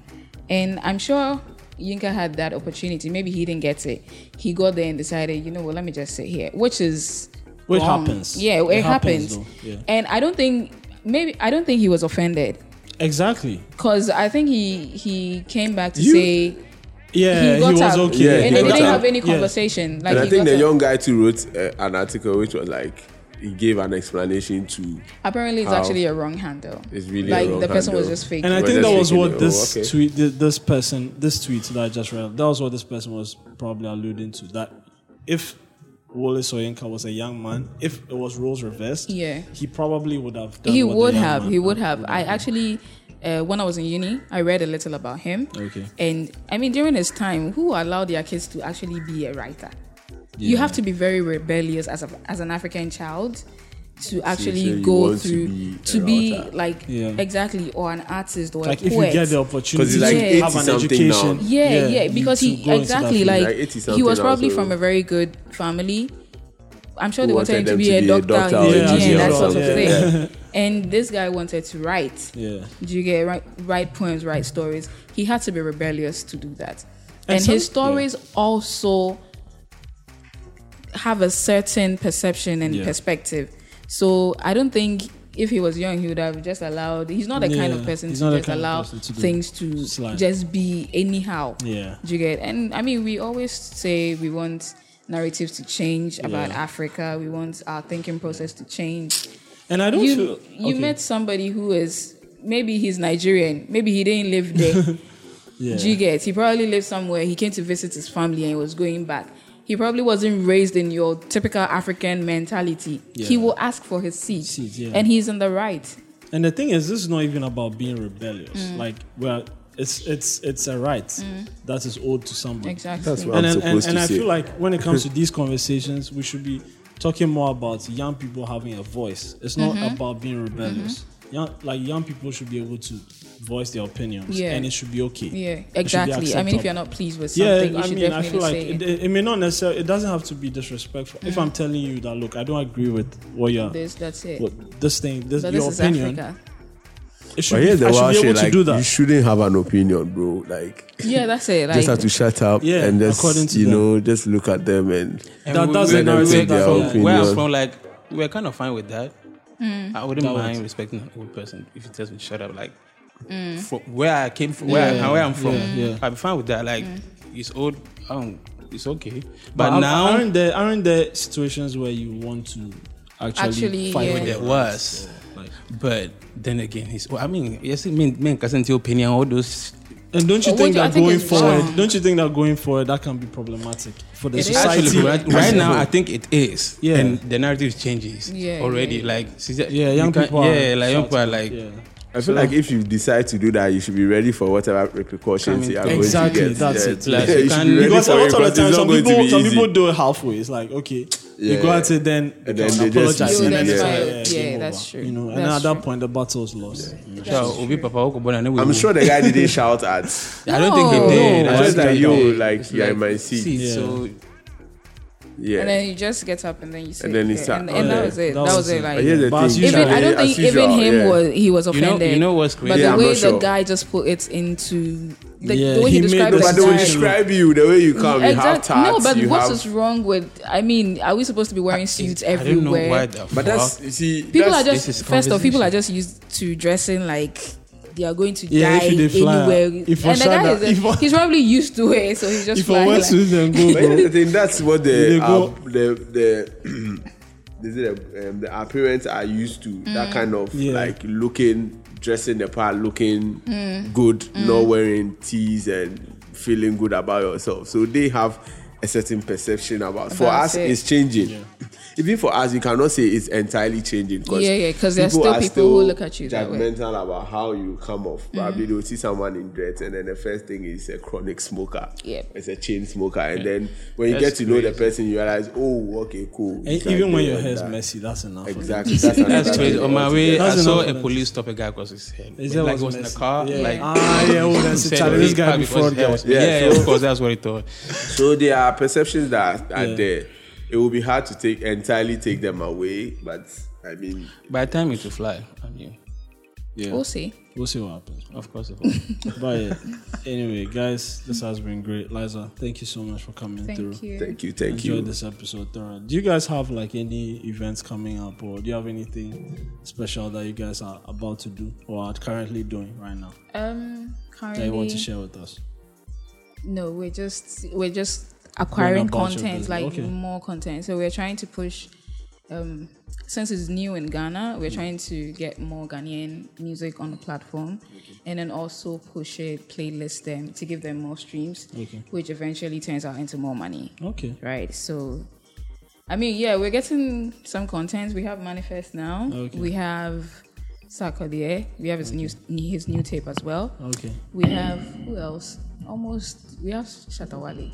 [SPEAKER 3] And I'm sure Yinka had that opportunity. Maybe he didn't get it. He got there and decided, you know what, let me just sit here, which is
[SPEAKER 2] Which
[SPEAKER 3] wrong.
[SPEAKER 2] happens.
[SPEAKER 3] Yeah, it,
[SPEAKER 2] It happens,
[SPEAKER 3] happens.
[SPEAKER 2] though. Yeah.
[SPEAKER 3] And I don't think maybe I don't think he was offended
[SPEAKER 2] Exactly.
[SPEAKER 3] because I think he he came back to
[SPEAKER 2] You-
[SPEAKER 3] say
[SPEAKER 2] Yeah,
[SPEAKER 3] he
[SPEAKER 2] he,
[SPEAKER 3] got
[SPEAKER 2] was
[SPEAKER 3] up
[SPEAKER 2] okay.
[SPEAKER 5] Yeah,
[SPEAKER 3] and
[SPEAKER 5] he
[SPEAKER 3] they
[SPEAKER 5] got
[SPEAKER 3] didn't
[SPEAKER 5] up.
[SPEAKER 3] have any
[SPEAKER 2] Yes.
[SPEAKER 3] conversation. Like
[SPEAKER 5] and I
[SPEAKER 3] he
[SPEAKER 5] think
[SPEAKER 3] got
[SPEAKER 5] the
[SPEAKER 3] up.
[SPEAKER 5] young guy too wrote uh, an article which was like he gave an explanation to
[SPEAKER 3] apparently it's
[SPEAKER 5] How?
[SPEAKER 3] actually a wrong handle.
[SPEAKER 5] It's really a
[SPEAKER 3] like
[SPEAKER 5] wrong
[SPEAKER 3] the person was
[SPEAKER 5] handle.
[SPEAKER 3] just fake.
[SPEAKER 2] And I
[SPEAKER 5] We're
[SPEAKER 2] think
[SPEAKER 5] just
[SPEAKER 2] that was
[SPEAKER 5] making
[SPEAKER 2] what
[SPEAKER 5] it-
[SPEAKER 2] this
[SPEAKER 5] oh, okay.
[SPEAKER 2] tweet, th- this person, this tweet that I just read, that was what this person was probably alluding to. That if Wallace Soyinka was a young man, if it was roles reversed,
[SPEAKER 3] Yeah.
[SPEAKER 2] he probably would have done.
[SPEAKER 3] he
[SPEAKER 2] what the
[SPEAKER 3] would
[SPEAKER 2] young
[SPEAKER 3] have.
[SPEAKER 2] man
[SPEAKER 3] He would
[SPEAKER 2] did.
[SPEAKER 3] have. I actually, uh, when I was in uni, I read a little about him.
[SPEAKER 2] Okay.
[SPEAKER 3] And I mean, during his time, who allowed their kids to actually be a writer? You have to be very rebellious as a, as an African child to actually
[SPEAKER 5] so you
[SPEAKER 3] go
[SPEAKER 5] want to
[SPEAKER 3] through
[SPEAKER 5] be a
[SPEAKER 3] to be,
[SPEAKER 5] writer.
[SPEAKER 3] like
[SPEAKER 2] Yeah.
[SPEAKER 3] exactly or an artist or
[SPEAKER 2] Like
[SPEAKER 3] a
[SPEAKER 2] if
[SPEAKER 3] poet.
[SPEAKER 2] you get the opportunity,
[SPEAKER 5] he's
[SPEAKER 2] to
[SPEAKER 5] like
[SPEAKER 3] Yeah.
[SPEAKER 2] have an
[SPEAKER 5] 80-something
[SPEAKER 2] education.
[SPEAKER 5] now.
[SPEAKER 3] yeah, yeah,
[SPEAKER 2] you-
[SPEAKER 3] because
[SPEAKER 2] to
[SPEAKER 3] he
[SPEAKER 2] go into that
[SPEAKER 3] exactly
[SPEAKER 2] field.
[SPEAKER 3] like
[SPEAKER 5] Like, 80
[SPEAKER 3] he
[SPEAKER 5] something
[SPEAKER 3] was probably
[SPEAKER 5] also.
[SPEAKER 3] from a very good family. I'm sure they
[SPEAKER 5] Who
[SPEAKER 3] wanted him
[SPEAKER 5] wanted
[SPEAKER 3] to
[SPEAKER 5] them
[SPEAKER 3] be,
[SPEAKER 5] to
[SPEAKER 3] a,
[SPEAKER 5] be a
[SPEAKER 3] doctor,
[SPEAKER 5] doctor
[SPEAKER 3] or
[SPEAKER 5] or
[SPEAKER 3] engineer,
[SPEAKER 5] engineer
[SPEAKER 3] that
[SPEAKER 5] or
[SPEAKER 3] sort of
[SPEAKER 5] something.
[SPEAKER 3] thing. and this guy wanted to write.
[SPEAKER 2] yeah.
[SPEAKER 3] Do you get write, write poems, write stories? He had to be rebellious to do that.
[SPEAKER 2] And
[SPEAKER 3] And,
[SPEAKER 2] some-
[SPEAKER 3] his stories also have a certain perception and
[SPEAKER 2] Yeah.
[SPEAKER 3] perspective. So I don't think if he was young, he would have just allowed. He's not the kind of
[SPEAKER 2] Yeah,
[SPEAKER 3] person to
[SPEAKER 2] he's not the
[SPEAKER 3] just
[SPEAKER 2] kind of
[SPEAKER 3] allow
[SPEAKER 2] person to do
[SPEAKER 3] things to
[SPEAKER 2] slide.
[SPEAKER 3] just be anyhow.
[SPEAKER 2] Yeah.
[SPEAKER 3] Do you get? And I mean, we always say we want narratives to change about
[SPEAKER 2] Yeah.
[SPEAKER 3] Africa. We want our thinking process to change
[SPEAKER 2] And I don't
[SPEAKER 3] you
[SPEAKER 2] feel
[SPEAKER 3] you
[SPEAKER 2] okay.
[SPEAKER 3] met somebody who is maybe he's Nigerian, maybe he didn't live there.
[SPEAKER 2] yeah.
[SPEAKER 3] Do you get? He probably lived somewhere. He came to visit his family and he was going back. He probably wasn't raised in your typical African mentality. He
[SPEAKER 2] Yeah.
[SPEAKER 3] will ask for his seat,
[SPEAKER 2] Seat, yeah.
[SPEAKER 3] and he's in the right.
[SPEAKER 2] And the thing is, this is not even about being rebellious.
[SPEAKER 3] Mm.
[SPEAKER 2] Like, well, it's it's it's a right that is owed to somebody.
[SPEAKER 3] Exactly.
[SPEAKER 5] That's what
[SPEAKER 2] And
[SPEAKER 5] I'm
[SPEAKER 2] and, and,
[SPEAKER 5] supposed
[SPEAKER 2] and
[SPEAKER 5] to
[SPEAKER 2] I
[SPEAKER 5] say.
[SPEAKER 2] feel like when it comes to these conversations, we should be talking more about young people having a voice. It's not
[SPEAKER 3] Mm-hmm.
[SPEAKER 2] about being rebellious. Young, like young people should be able to voice their opinions,
[SPEAKER 3] Yeah.
[SPEAKER 2] and it should be okay. It
[SPEAKER 3] Yeah,
[SPEAKER 2] should be
[SPEAKER 3] exactly. I mean, if
[SPEAKER 2] acceptable.
[SPEAKER 3] you're not pleased with
[SPEAKER 2] Yeah,
[SPEAKER 3] something, you
[SPEAKER 2] I
[SPEAKER 3] should
[SPEAKER 2] mean, I
[SPEAKER 3] definitely
[SPEAKER 2] feel like
[SPEAKER 3] say
[SPEAKER 2] it,
[SPEAKER 3] it. Mm-hmm.
[SPEAKER 2] it may not necessarily. It doesn't have to be disrespectful. If I'm telling you that, look, I don't agree with what you're,
[SPEAKER 3] This, that's it.
[SPEAKER 2] what this thing, this
[SPEAKER 3] but
[SPEAKER 2] your
[SPEAKER 3] this is
[SPEAKER 2] opinion.
[SPEAKER 3] Africa.
[SPEAKER 2] It should
[SPEAKER 5] But
[SPEAKER 2] be, I
[SPEAKER 5] here's the
[SPEAKER 2] should
[SPEAKER 5] wild
[SPEAKER 2] be able
[SPEAKER 5] shit,
[SPEAKER 2] to
[SPEAKER 5] like,
[SPEAKER 2] do
[SPEAKER 5] you
[SPEAKER 2] that.
[SPEAKER 5] shouldn't have an opinion, bro. Like,
[SPEAKER 3] Yeah, that's it. Like,
[SPEAKER 5] just have to shut up
[SPEAKER 2] Yeah,
[SPEAKER 5] and just,
[SPEAKER 2] according to
[SPEAKER 5] you
[SPEAKER 2] them.
[SPEAKER 5] know, just look at them and
[SPEAKER 4] And
[SPEAKER 2] That-
[SPEAKER 4] we- we-
[SPEAKER 2] that's the
[SPEAKER 4] we-
[SPEAKER 5] narrative
[SPEAKER 4] we-
[SPEAKER 5] that
[SPEAKER 4] from
[SPEAKER 5] opinion.
[SPEAKER 4] Where I'm from, like, we're kind of fine with that.
[SPEAKER 3] Mm.
[SPEAKER 4] I wouldn't
[SPEAKER 2] That
[SPEAKER 4] mind
[SPEAKER 2] works.
[SPEAKER 4] respecting an old person if it doesn't shut up. Like,
[SPEAKER 3] Mm.
[SPEAKER 4] from where I came from, where, I, where I'm from,
[SPEAKER 2] yeah, yeah.
[SPEAKER 4] I'd be fine with that. Like,
[SPEAKER 3] Mm.
[SPEAKER 4] it's old, um, it's okay. But,
[SPEAKER 2] But
[SPEAKER 4] now,
[SPEAKER 2] aren't there aren't there situations where you want to actually,
[SPEAKER 3] Actually,
[SPEAKER 2] fight
[SPEAKER 3] yeah.
[SPEAKER 2] with
[SPEAKER 4] there
[SPEAKER 2] them?
[SPEAKER 4] was.
[SPEAKER 2] Like,
[SPEAKER 4] But then again, he's, well, I mean, yes, I mean, men can your opinion, all those.
[SPEAKER 2] and don't you
[SPEAKER 3] But
[SPEAKER 2] think
[SPEAKER 3] what I
[SPEAKER 2] that
[SPEAKER 3] think
[SPEAKER 2] going
[SPEAKER 3] is
[SPEAKER 2] forward?
[SPEAKER 3] wrong.
[SPEAKER 2] Don't you think that going forward that can be problematic for the
[SPEAKER 3] It is.
[SPEAKER 2] society?
[SPEAKER 4] Actually, right,
[SPEAKER 2] as
[SPEAKER 4] right
[SPEAKER 2] a
[SPEAKER 4] now,
[SPEAKER 2] whole?
[SPEAKER 4] I think it is.
[SPEAKER 2] Yeah.
[SPEAKER 4] And the narrative changes
[SPEAKER 3] Yeah,
[SPEAKER 4] already.
[SPEAKER 3] yeah.
[SPEAKER 4] Like, since-
[SPEAKER 2] yeah,
[SPEAKER 4] you
[SPEAKER 2] young
[SPEAKER 4] can't-
[SPEAKER 2] people.
[SPEAKER 4] Yeah,
[SPEAKER 2] are
[SPEAKER 4] like, young
[SPEAKER 2] shouting,
[SPEAKER 4] people are like,
[SPEAKER 2] yeah.
[SPEAKER 5] I feel like if you decide to do that, you should be ready for whatever repercussions you are going
[SPEAKER 2] Exactly,
[SPEAKER 5] to get.
[SPEAKER 2] that's
[SPEAKER 5] yeah.
[SPEAKER 2] it.
[SPEAKER 4] Like,
[SPEAKER 5] Yeah,
[SPEAKER 4] you
[SPEAKER 5] you should
[SPEAKER 4] can-
[SPEAKER 5] be ready
[SPEAKER 2] because a
[SPEAKER 5] for
[SPEAKER 2] lot of
[SPEAKER 5] it,
[SPEAKER 2] the time,
[SPEAKER 5] it's not
[SPEAKER 2] some
[SPEAKER 5] going to
[SPEAKER 2] people
[SPEAKER 5] be
[SPEAKER 2] some
[SPEAKER 5] easy.
[SPEAKER 2] people do it halfway. It's like okay, you
[SPEAKER 5] Yeah.
[SPEAKER 2] go at it, then
[SPEAKER 5] And
[SPEAKER 2] you
[SPEAKER 5] then
[SPEAKER 2] can
[SPEAKER 5] they just
[SPEAKER 2] apologize,
[SPEAKER 5] dismiss
[SPEAKER 2] and then
[SPEAKER 5] it.
[SPEAKER 2] it's
[SPEAKER 5] Yeah.
[SPEAKER 2] like,
[SPEAKER 3] Yeah,
[SPEAKER 2] game
[SPEAKER 3] that's
[SPEAKER 2] over,
[SPEAKER 3] true.
[SPEAKER 2] You know, and
[SPEAKER 3] That's
[SPEAKER 2] at that
[SPEAKER 3] true.
[SPEAKER 2] point, the battle's lost. You know?
[SPEAKER 4] so, Obi Papa Okobona, I know we
[SPEAKER 5] I'm
[SPEAKER 4] will-
[SPEAKER 5] sure the guy didn't shout at.
[SPEAKER 4] I don't think
[SPEAKER 3] No.
[SPEAKER 4] he did.
[SPEAKER 5] No,
[SPEAKER 4] I
[SPEAKER 5] just
[SPEAKER 4] don't
[SPEAKER 5] like
[SPEAKER 4] think
[SPEAKER 5] yo,
[SPEAKER 4] he did.
[SPEAKER 5] like
[SPEAKER 4] It's
[SPEAKER 5] yeah, in my seat.
[SPEAKER 4] see,
[SPEAKER 2] Yeah.
[SPEAKER 4] So
[SPEAKER 5] Yeah.
[SPEAKER 3] and then you just get up and then you say,
[SPEAKER 5] And then you
[SPEAKER 3] okay,
[SPEAKER 5] start-
[SPEAKER 3] and, and
[SPEAKER 2] Yeah,
[SPEAKER 3] that was it. That, was it. Like,
[SPEAKER 5] But here's the
[SPEAKER 2] But as
[SPEAKER 5] thing.
[SPEAKER 2] usual-
[SPEAKER 3] even I don't
[SPEAKER 5] as
[SPEAKER 3] think
[SPEAKER 5] usual,
[SPEAKER 3] even him
[SPEAKER 5] yeah.
[SPEAKER 3] was he was
[SPEAKER 4] you know,
[SPEAKER 3] offended.
[SPEAKER 4] you know what's crazy?
[SPEAKER 3] but the
[SPEAKER 5] Yeah, I'm
[SPEAKER 3] way
[SPEAKER 5] not
[SPEAKER 3] the
[SPEAKER 5] sure.
[SPEAKER 3] guy just put it into the,
[SPEAKER 2] Yeah,
[SPEAKER 3] the way
[SPEAKER 2] he
[SPEAKER 3] he,
[SPEAKER 2] made
[SPEAKER 3] described
[SPEAKER 5] No,
[SPEAKER 2] the
[SPEAKER 3] the
[SPEAKER 5] but they will
[SPEAKER 2] Exactly.
[SPEAKER 3] guy.
[SPEAKER 5] describe you the way you come. You have
[SPEAKER 3] Exact- no,
[SPEAKER 5] tats.
[SPEAKER 3] but
[SPEAKER 5] you
[SPEAKER 3] what's
[SPEAKER 5] have,
[SPEAKER 3] is wrong with? I mean, are we supposed to be wearing suits
[SPEAKER 4] I don't know
[SPEAKER 3] everywhere?
[SPEAKER 4] why the
[SPEAKER 5] But that's
[SPEAKER 4] fuck-
[SPEAKER 5] you see.
[SPEAKER 3] people are
[SPEAKER 5] that's,
[SPEAKER 3] just
[SPEAKER 4] this is
[SPEAKER 3] first off, people
[SPEAKER 4] conversation.
[SPEAKER 3] are just used to dressing like they are going to
[SPEAKER 2] Yeah,
[SPEAKER 3] die
[SPEAKER 2] if you dey fly,
[SPEAKER 3] anywhere.
[SPEAKER 2] if you
[SPEAKER 3] and the
[SPEAKER 2] shut
[SPEAKER 3] guy
[SPEAKER 2] up, if
[SPEAKER 3] is
[SPEAKER 2] you-
[SPEAKER 3] he's probably used to it, so he's just
[SPEAKER 2] If I
[SPEAKER 3] flying.
[SPEAKER 2] went
[SPEAKER 3] Like,
[SPEAKER 2] to then go,
[SPEAKER 5] But here's
[SPEAKER 2] bro.
[SPEAKER 5] the thing. That's what
[SPEAKER 2] They
[SPEAKER 5] the
[SPEAKER 2] go-
[SPEAKER 5] our, the the. Is it um, the, our parents are used to
[SPEAKER 3] Mm.
[SPEAKER 5] that kind of
[SPEAKER 2] Yeah.
[SPEAKER 5] like looking, dressing the part, looking
[SPEAKER 3] Mm.
[SPEAKER 5] good, not wearing tees and feeling good about yourself. So they have a certain perception about. For
[SPEAKER 3] That's
[SPEAKER 5] us,
[SPEAKER 3] it.
[SPEAKER 5] it's changing. Even for us, you cannot say it's entirely changing.
[SPEAKER 3] Yeah, yeah, 'cause there are still people who look at you that way.
[SPEAKER 5] judgmental about how you come off. Probably
[SPEAKER 3] Mm-hmm.
[SPEAKER 5] they'll see someone in dreads, and then the first thing is a chronic smoker.
[SPEAKER 3] Yep.
[SPEAKER 5] It's a chain smoker. And then when you
[SPEAKER 4] That's
[SPEAKER 5] get to know the
[SPEAKER 4] crazy.
[SPEAKER 5] person, you realize, oh, okay, cool.
[SPEAKER 2] And
[SPEAKER 5] It's like
[SPEAKER 2] even when
[SPEAKER 5] they
[SPEAKER 2] your
[SPEAKER 5] want
[SPEAKER 2] hair's
[SPEAKER 5] that.
[SPEAKER 2] messy, that's enough. for them.
[SPEAKER 5] Exactly. That's, another
[SPEAKER 4] That's crazy.
[SPEAKER 5] thing.
[SPEAKER 4] On my way, I
[SPEAKER 2] That's
[SPEAKER 4] saw
[SPEAKER 2] enough.
[SPEAKER 4] a police stop a guy because his head.
[SPEAKER 2] Is
[SPEAKER 4] Is
[SPEAKER 2] that
[SPEAKER 4] like
[SPEAKER 2] what's
[SPEAKER 4] he was in the
[SPEAKER 2] messy?
[SPEAKER 4] car.
[SPEAKER 2] Yeah.
[SPEAKER 4] Like,
[SPEAKER 2] ah, yeah, oh, that's
[SPEAKER 4] he
[SPEAKER 2] a
[SPEAKER 4] said
[SPEAKER 2] challenge. This
[SPEAKER 4] he
[SPEAKER 2] guy
[SPEAKER 4] packed
[SPEAKER 2] be
[SPEAKER 4] because
[SPEAKER 2] fraud
[SPEAKER 4] his hair
[SPEAKER 2] guy.
[SPEAKER 4] was-
[SPEAKER 5] Yeah,
[SPEAKER 4] Yeah,
[SPEAKER 5] so-
[SPEAKER 4] of course, that's what he thought.
[SPEAKER 5] So there are perceptions that are, are there. It will be hard to take entirely take them away, but I mean,
[SPEAKER 4] By the time it will fly, I mean,
[SPEAKER 2] Yeah.
[SPEAKER 3] We'll see.
[SPEAKER 2] We'll see what happens.
[SPEAKER 4] Of course, of course.
[SPEAKER 2] But yeah. anyway, guys, this has been great. Liza, thank you so much for coming through.
[SPEAKER 3] Thank you.
[SPEAKER 5] Thank you, thank
[SPEAKER 2] Enjoyed
[SPEAKER 5] you.
[SPEAKER 2] this episode thoroughly. Do you guys have like any events coming up, or do you have anything special that you guys are about to do or are currently doing right now
[SPEAKER 3] Um,
[SPEAKER 2] that you want to
[SPEAKER 3] currently,
[SPEAKER 2] share with us?
[SPEAKER 3] no, we're just we're just acquiring
[SPEAKER 2] about your
[SPEAKER 3] content,
[SPEAKER 2] business.
[SPEAKER 3] like
[SPEAKER 2] Okay.
[SPEAKER 3] more content. So we're trying to push. Um, since it's new in Ghana,
[SPEAKER 2] Mm.
[SPEAKER 3] we're trying to get more Ghanaian music on the platform, and then also push it, playlist them to give them more streams,
[SPEAKER 2] Okay.
[SPEAKER 3] which eventually turns out into more money.
[SPEAKER 2] Okay.
[SPEAKER 3] right? So, I mean, yeah, we're getting some content. We have manifest now.
[SPEAKER 2] Okay.
[SPEAKER 3] We have Sarkodie. We have his new his new tape as well.
[SPEAKER 2] Okay.
[SPEAKER 3] We have who else? Almost we have Shatawale.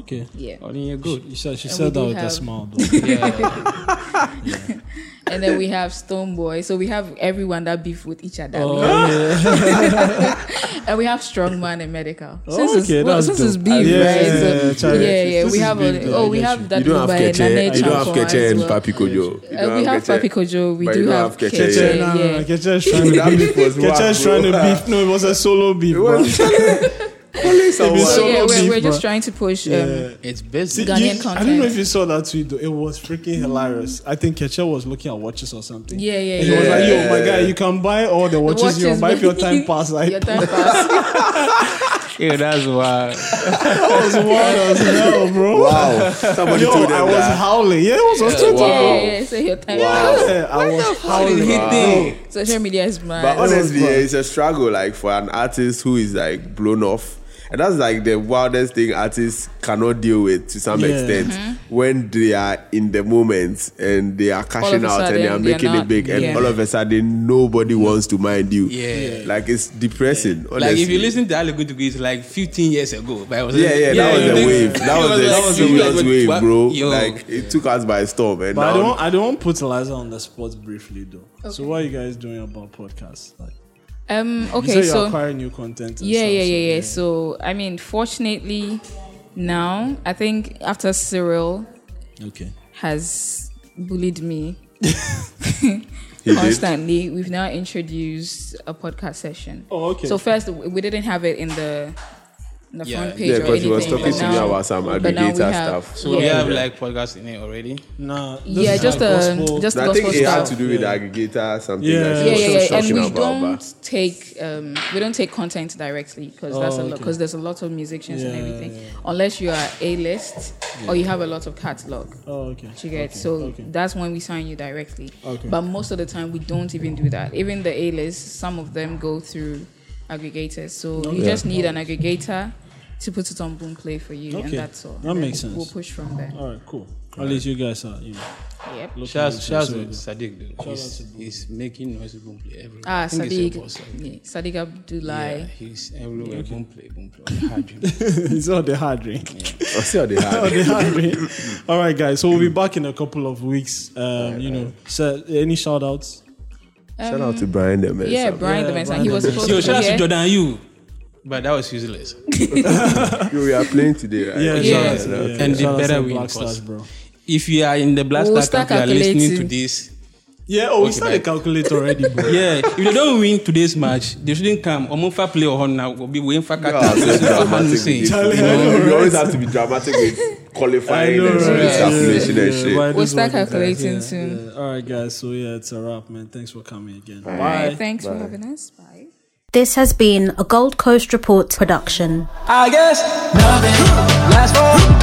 [SPEAKER 2] Okay.
[SPEAKER 3] Yeah,
[SPEAKER 4] Oh, then you're good.
[SPEAKER 2] She said, she
[SPEAKER 3] And
[SPEAKER 2] said
[SPEAKER 3] we
[SPEAKER 2] that
[SPEAKER 3] do
[SPEAKER 2] with a
[SPEAKER 3] have-
[SPEAKER 2] smile. Though.
[SPEAKER 4] Yeah.
[SPEAKER 3] and then we have Stone Boy. So we have everyone that beef with each other, We have-
[SPEAKER 2] oh, yeah.
[SPEAKER 3] and we have Strongman and Medical.
[SPEAKER 2] Oh,
[SPEAKER 3] Since it's,
[SPEAKER 2] okay,
[SPEAKER 3] well,
[SPEAKER 2] that's
[SPEAKER 3] since it's
[SPEAKER 2] dope.
[SPEAKER 3] beef,
[SPEAKER 2] Yeah,
[SPEAKER 3] right? So,
[SPEAKER 2] Charlie,
[SPEAKER 3] yeah, yeah.
[SPEAKER 2] this
[SPEAKER 3] We
[SPEAKER 2] is
[SPEAKER 3] have
[SPEAKER 2] beef,
[SPEAKER 3] all,
[SPEAKER 2] though, I
[SPEAKER 3] oh, we
[SPEAKER 2] get
[SPEAKER 3] have
[SPEAKER 2] you.
[SPEAKER 3] that.
[SPEAKER 5] You don't have
[SPEAKER 3] Dubai,
[SPEAKER 5] Keche,
[SPEAKER 3] Nane
[SPEAKER 5] you don't have
[SPEAKER 3] Chapo as
[SPEAKER 5] Keche and
[SPEAKER 3] well.
[SPEAKER 5] Papi Kojo. You
[SPEAKER 3] Uh,
[SPEAKER 5] don't
[SPEAKER 3] we have
[SPEAKER 5] Keche.
[SPEAKER 3] Papi Kojo. We
[SPEAKER 5] But you
[SPEAKER 3] do
[SPEAKER 5] don't
[SPEAKER 3] have
[SPEAKER 5] have
[SPEAKER 3] Keche.
[SPEAKER 5] Keche.
[SPEAKER 2] Kecha, nah,
[SPEAKER 3] yeah.
[SPEAKER 2] nah, Kecha is trying to
[SPEAKER 5] That
[SPEAKER 2] beef.
[SPEAKER 5] beef was
[SPEAKER 2] Kecha is
[SPEAKER 5] wild,
[SPEAKER 2] trying to
[SPEAKER 5] bro.
[SPEAKER 2] beef. No, it was a solo beef.
[SPEAKER 5] It
[SPEAKER 2] bro.
[SPEAKER 5] was- Only someone-
[SPEAKER 2] So
[SPEAKER 3] So yeah,
[SPEAKER 2] much
[SPEAKER 3] we're,
[SPEAKER 2] beef,
[SPEAKER 3] we're just
[SPEAKER 2] bruh.
[SPEAKER 3] trying to push. Um,
[SPEAKER 4] It's
[SPEAKER 2] See,
[SPEAKER 4] busy.
[SPEAKER 3] Ghanaian
[SPEAKER 2] you- I don't
[SPEAKER 3] content.
[SPEAKER 2] know if you saw that tweet though. It was freaking hilarious. I think Kecha was looking at watches or something.
[SPEAKER 3] Yeah, yeah,
[SPEAKER 2] And he
[SPEAKER 3] yeah.
[SPEAKER 2] was like, yo, my
[SPEAKER 5] Yeah.
[SPEAKER 2] guy, you can buy all the watches, you
[SPEAKER 3] watches,
[SPEAKER 2] want, but if your
[SPEAKER 3] but-
[SPEAKER 2] time pass, like,
[SPEAKER 3] Your time pass.
[SPEAKER 4] Yeah, that's why.
[SPEAKER 2] that was wild as hell, bro.
[SPEAKER 5] Wow. Somebody
[SPEAKER 2] Yo,
[SPEAKER 5] told
[SPEAKER 2] I
[SPEAKER 5] them
[SPEAKER 2] was
[SPEAKER 5] that.
[SPEAKER 2] howling. Yeah, it was on Twitter.
[SPEAKER 5] Wow.
[SPEAKER 3] Yeah, yeah, yeah. So your time
[SPEAKER 5] Wow.
[SPEAKER 3] pass.
[SPEAKER 2] Yeah, I was
[SPEAKER 4] How
[SPEAKER 2] howling.
[SPEAKER 4] did he think?
[SPEAKER 3] Social media is mad.
[SPEAKER 5] But
[SPEAKER 2] was
[SPEAKER 5] honestly,
[SPEAKER 2] wild.
[SPEAKER 5] yeah, it's a struggle like for an artist who is like blown off. And that's like the wildest thing artists cannot deal with to some
[SPEAKER 2] Yeah.
[SPEAKER 5] extent when they are in the moment and they are cashing
[SPEAKER 3] a
[SPEAKER 5] out
[SPEAKER 3] sudden,
[SPEAKER 5] and they are
[SPEAKER 3] they are
[SPEAKER 5] making
[SPEAKER 3] not-
[SPEAKER 5] it big and
[SPEAKER 3] yeah.
[SPEAKER 5] all of a sudden nobody wants to mind you.
[SPEAKER 4] Yeah.
[SPEAKER 5] Like it's depressing. Honestly.
[SPEAKER 4] Like if you listen to Allegory Degree, it's like 15 years ago. But I was
[SPEAKER 5] Yeah, yeah, that
[SPEAKER 2] Yeah,
[SPEAKER 5] was
[SPEAKER 2] yeah.
[SPEAKER 5] a wave. That was a serious wave, bro. Like it took us by storm. And
[SPEAKER 2] But I
[SPEAKER 5] now-
[SPEAKER 2] don't, I don't put Eliza on the spot briefly though. So what are you guys doing about podcasts? Like,
[SPEAKER 3] um,
[SPEAKER 2] you
[SPEAKER 3] okay,
[SPEAKER 2] say you're
[SPEAKER 3] so
[SPEAKER 2] acquiring new content. And
[SPEAKER 3] yeah,
[SPEAKER 2] stuff,
[SPEAKER 3] yeah,
[SPEAKER 2] so
[SPEAKER 3] yeah, yeah. So I mean, fortunately, now I think after Cyril
[SPEAKER 2] Okay.
[SPEAKER 3] has bullied me
[SPEAKER 5] He did.
[SPEAKER 3] constantly, we've now introduced a podcast session.
[SPEAKER 2] Oh, okay.
[SPEAKER 3] So first, we we didn't have it in the. In the
[SPEAKER 4] Yeah,
[SPEAKER 3] front page
[SPEAKER 5] Yeah,
[SPEAKER 3] or
[SPEAKER 5] because
[SPEAKER 3] anything.
[SPEAKER 5] he was talking
[SPEAKER 3] but
[SPEAKER 5] to me
[SPEAKER 3] now-
[SPEAKER 5] about some
[SPEAKER 3] but now
[SPEAKER 5] aggregator
[SPEAKER 3] we have-
[SPEAKER 5] stuff.
[SPEAKER 4] So we have like podcasts in it already.
[SPEAKER 2] Nah. this
[SPEAKER 3] Yeah,
[SPEAKER 2] is
[SPEAKER 3] just
[SPEAKER 2] like
[SPEAKER 3] the
[SPEAKER 2] gospel.
[SPEAKER 3] just the
[SPEAKER 5] I think
[SPEAKER 3] gospel
[SPEAKER 5] it had
[SPEAKER 3] stuff.
[SPEAKER 5] to do with the aggregator, something
[SPEAKER 2] Yeah.
[SPEAKER 5] that
[SPEAKER 2] Yeah,
[SPEAKER 5] she
[SPEAKER 3] yeah, yeah,
[SPEAKER 5] was
[SPEAKER 3] yeah. And
[SPEAKER 5] talking
[SPEAKER 3] we
[SPEAKER 5] about.
[SPEAKER 3] don't
[SPEAKER 5] but-
[SPEAKER 3] take um, we don't take content directly because that's a lot
[SPEAKER 2] okay.
[SPEAKER 3] because there's a lot of musicians and
[SPEAKER 2] Yeah,
[SPEAKER 3] everything.
[SPEAKER 2] yeah,
[SPEAKER 3] Unless you are a list or you have a lot of catalog,
[SPEAKER 2] Oh, okay.
[SPEAKER 3] you get.
[SPEAKER 2] okay,
[SPEAKER 3] so
[SPEAKER 2] okay.
[SPEAKER 3] that's when we sign you directly.
[SPEAKER 2] Okay.
[SPEAKER 3] But most of the time we don't even do that. Even the a list, some of them go through aggregators. So you
[SPEAKER 2] Okay.
[SPEAKER 3] just need an aggregator to put it on Boomplay for you, and
[SPEAKER 2] Okay.
[SPEAKER 3] that's all.
[SPEAKER 2] That
[SPEAKER 3] And
[SPEAKER 2] makes
[SPEAKER 3] then We'll
[SPEAKER 2] sense.
[SPEAKER 3] push from there.
[SPEAKER 2] All right, cool. At least you guys are, you know,
[SPEAKER 3] Yep.
[SPEAKER 2] looking
[SPEAKER 4] Shout out
[SPEAKER 2] into
[SPEAKER 4] shout out
[SPEAKER 2] it,
[SPEAKER 4] to
[SPEAKER 2] so-
[SPEAKER 4] Sadiq, dude. He's, he's making noise boom play everywhere.
[SPEAKER 3] Ah,
[SPEAKER 4] I think he's
[SPEAKER 3] Sadiq,
[SPEAKER 4] a boss, like,
[SPEAKER 3] yeah, Sadiq Abdullah.
[SPEAKER 4] Yeah, he's everywhere. Boom play, boom play. Hard drink.
[SPEAKER 2] it's not the hard drink.
[SPEAKER 5] I see how they had it.
[SPEAKER 2] Not the hard drink. All right, guys. So we'll be back in a couple of weeks. Um, you know, so any shout outs?
[SPEAKER 5] Shout out to Brian there, man.
[SPEAKER 3] Yeah,
[SPEAKER 5] Some-
[SPEAKER 3] Brian
[SPEAKER 2] Yeah,
[SPEAKER 3] the Manson.
[SPEAKER 2] Brian
[SPEAKER 3] He was
[SPEAKER 2] the
[SPEAKER 3] supposed
[SPEAKER 4] Yo,
[SPEAKER 3] to
[SPEAKER 4] shout
[SPEAKER 3] be
[SPEAKER 4] out to
[SPEAKER 3] here.
[SPEAKER 4] Jordan you. But that was useless.
[SPEAKER 5] Yo, we are playing today, right?
[SPEAKER 2] Yeah,
[SPEAKER 3] Yeah.
[SPEAKER 2] shout out to,
[SPEAKER 5] Okay.
[SPEAKER 2] yeah,
[SPEAKER 4] And the
[SPEAKER 2] shout out to
[SPEAKER 4] better
[SPEAKER 2] the
[SPEAKER 4] we
[SPEAKER 2] Black
[SPEAKER 4] enforce.
[SPEAKER 2] Stars, bro.
[SPEAKER 4] If you are in the Black
[SPEAKER 3] We'll
[SPEAKER 4] Star
[SPEAKER 3] start
[SPEAKER 4] Cup, you are listening to
[SPEAKER 3] calculating.
[SPEAKER 4] this.
[SPEAKER 2] Yeah, oh, we
[SPEAKER 4] Okay,
[SPEAKER 2] started
[SPEAKER 4] bye.
[SPEAKER 2] calculate already, bro.
[SPEAKER 4] Yeah, if they don't win today's match, they shouldn't come. Omofa play or now will be waiting for
[SPEAKER 5] Yeah, so dramatic with
[SPEAKER 4] Kaka.
[SPEAKER 5] it.
[SPEAKER 2] Charlie,
[SPEAKER 5] You
[SPEAKER 2] I know,
[SPEAKER 5] know,
[SPEAKER 2] right?
[SPEAKER 5] You always have to be dramatic with
[SPEAKER 2] I
[SPEAKER 5] qualifying
[SPEAKER 2] know,
[SPEAKER 5] and
[SPEAKER 2] right?
[SPEAKER 5] shit, calculation and shit.
[SPEAKER 2] but it
[SPEAKER 3] We'll
[SPEAKER 2] is
[SPEAKER 3] start
[SPEAKER 2] what it is.
[SPEAKER 3] calculating
[SPEAKER 2] Yeah,
[SPEAKER 3] soon.
[SPEAKER 2] yeah. All right, guys. So yeah, it's a wrap, man. Thanks for coming again.
[SPEAKER 3] All right, thanks for having us. Bye.
[SPEAKER 6] This has been a Gold Coast Report production.
[SPEAKER 7] I guess nothing lasts forever.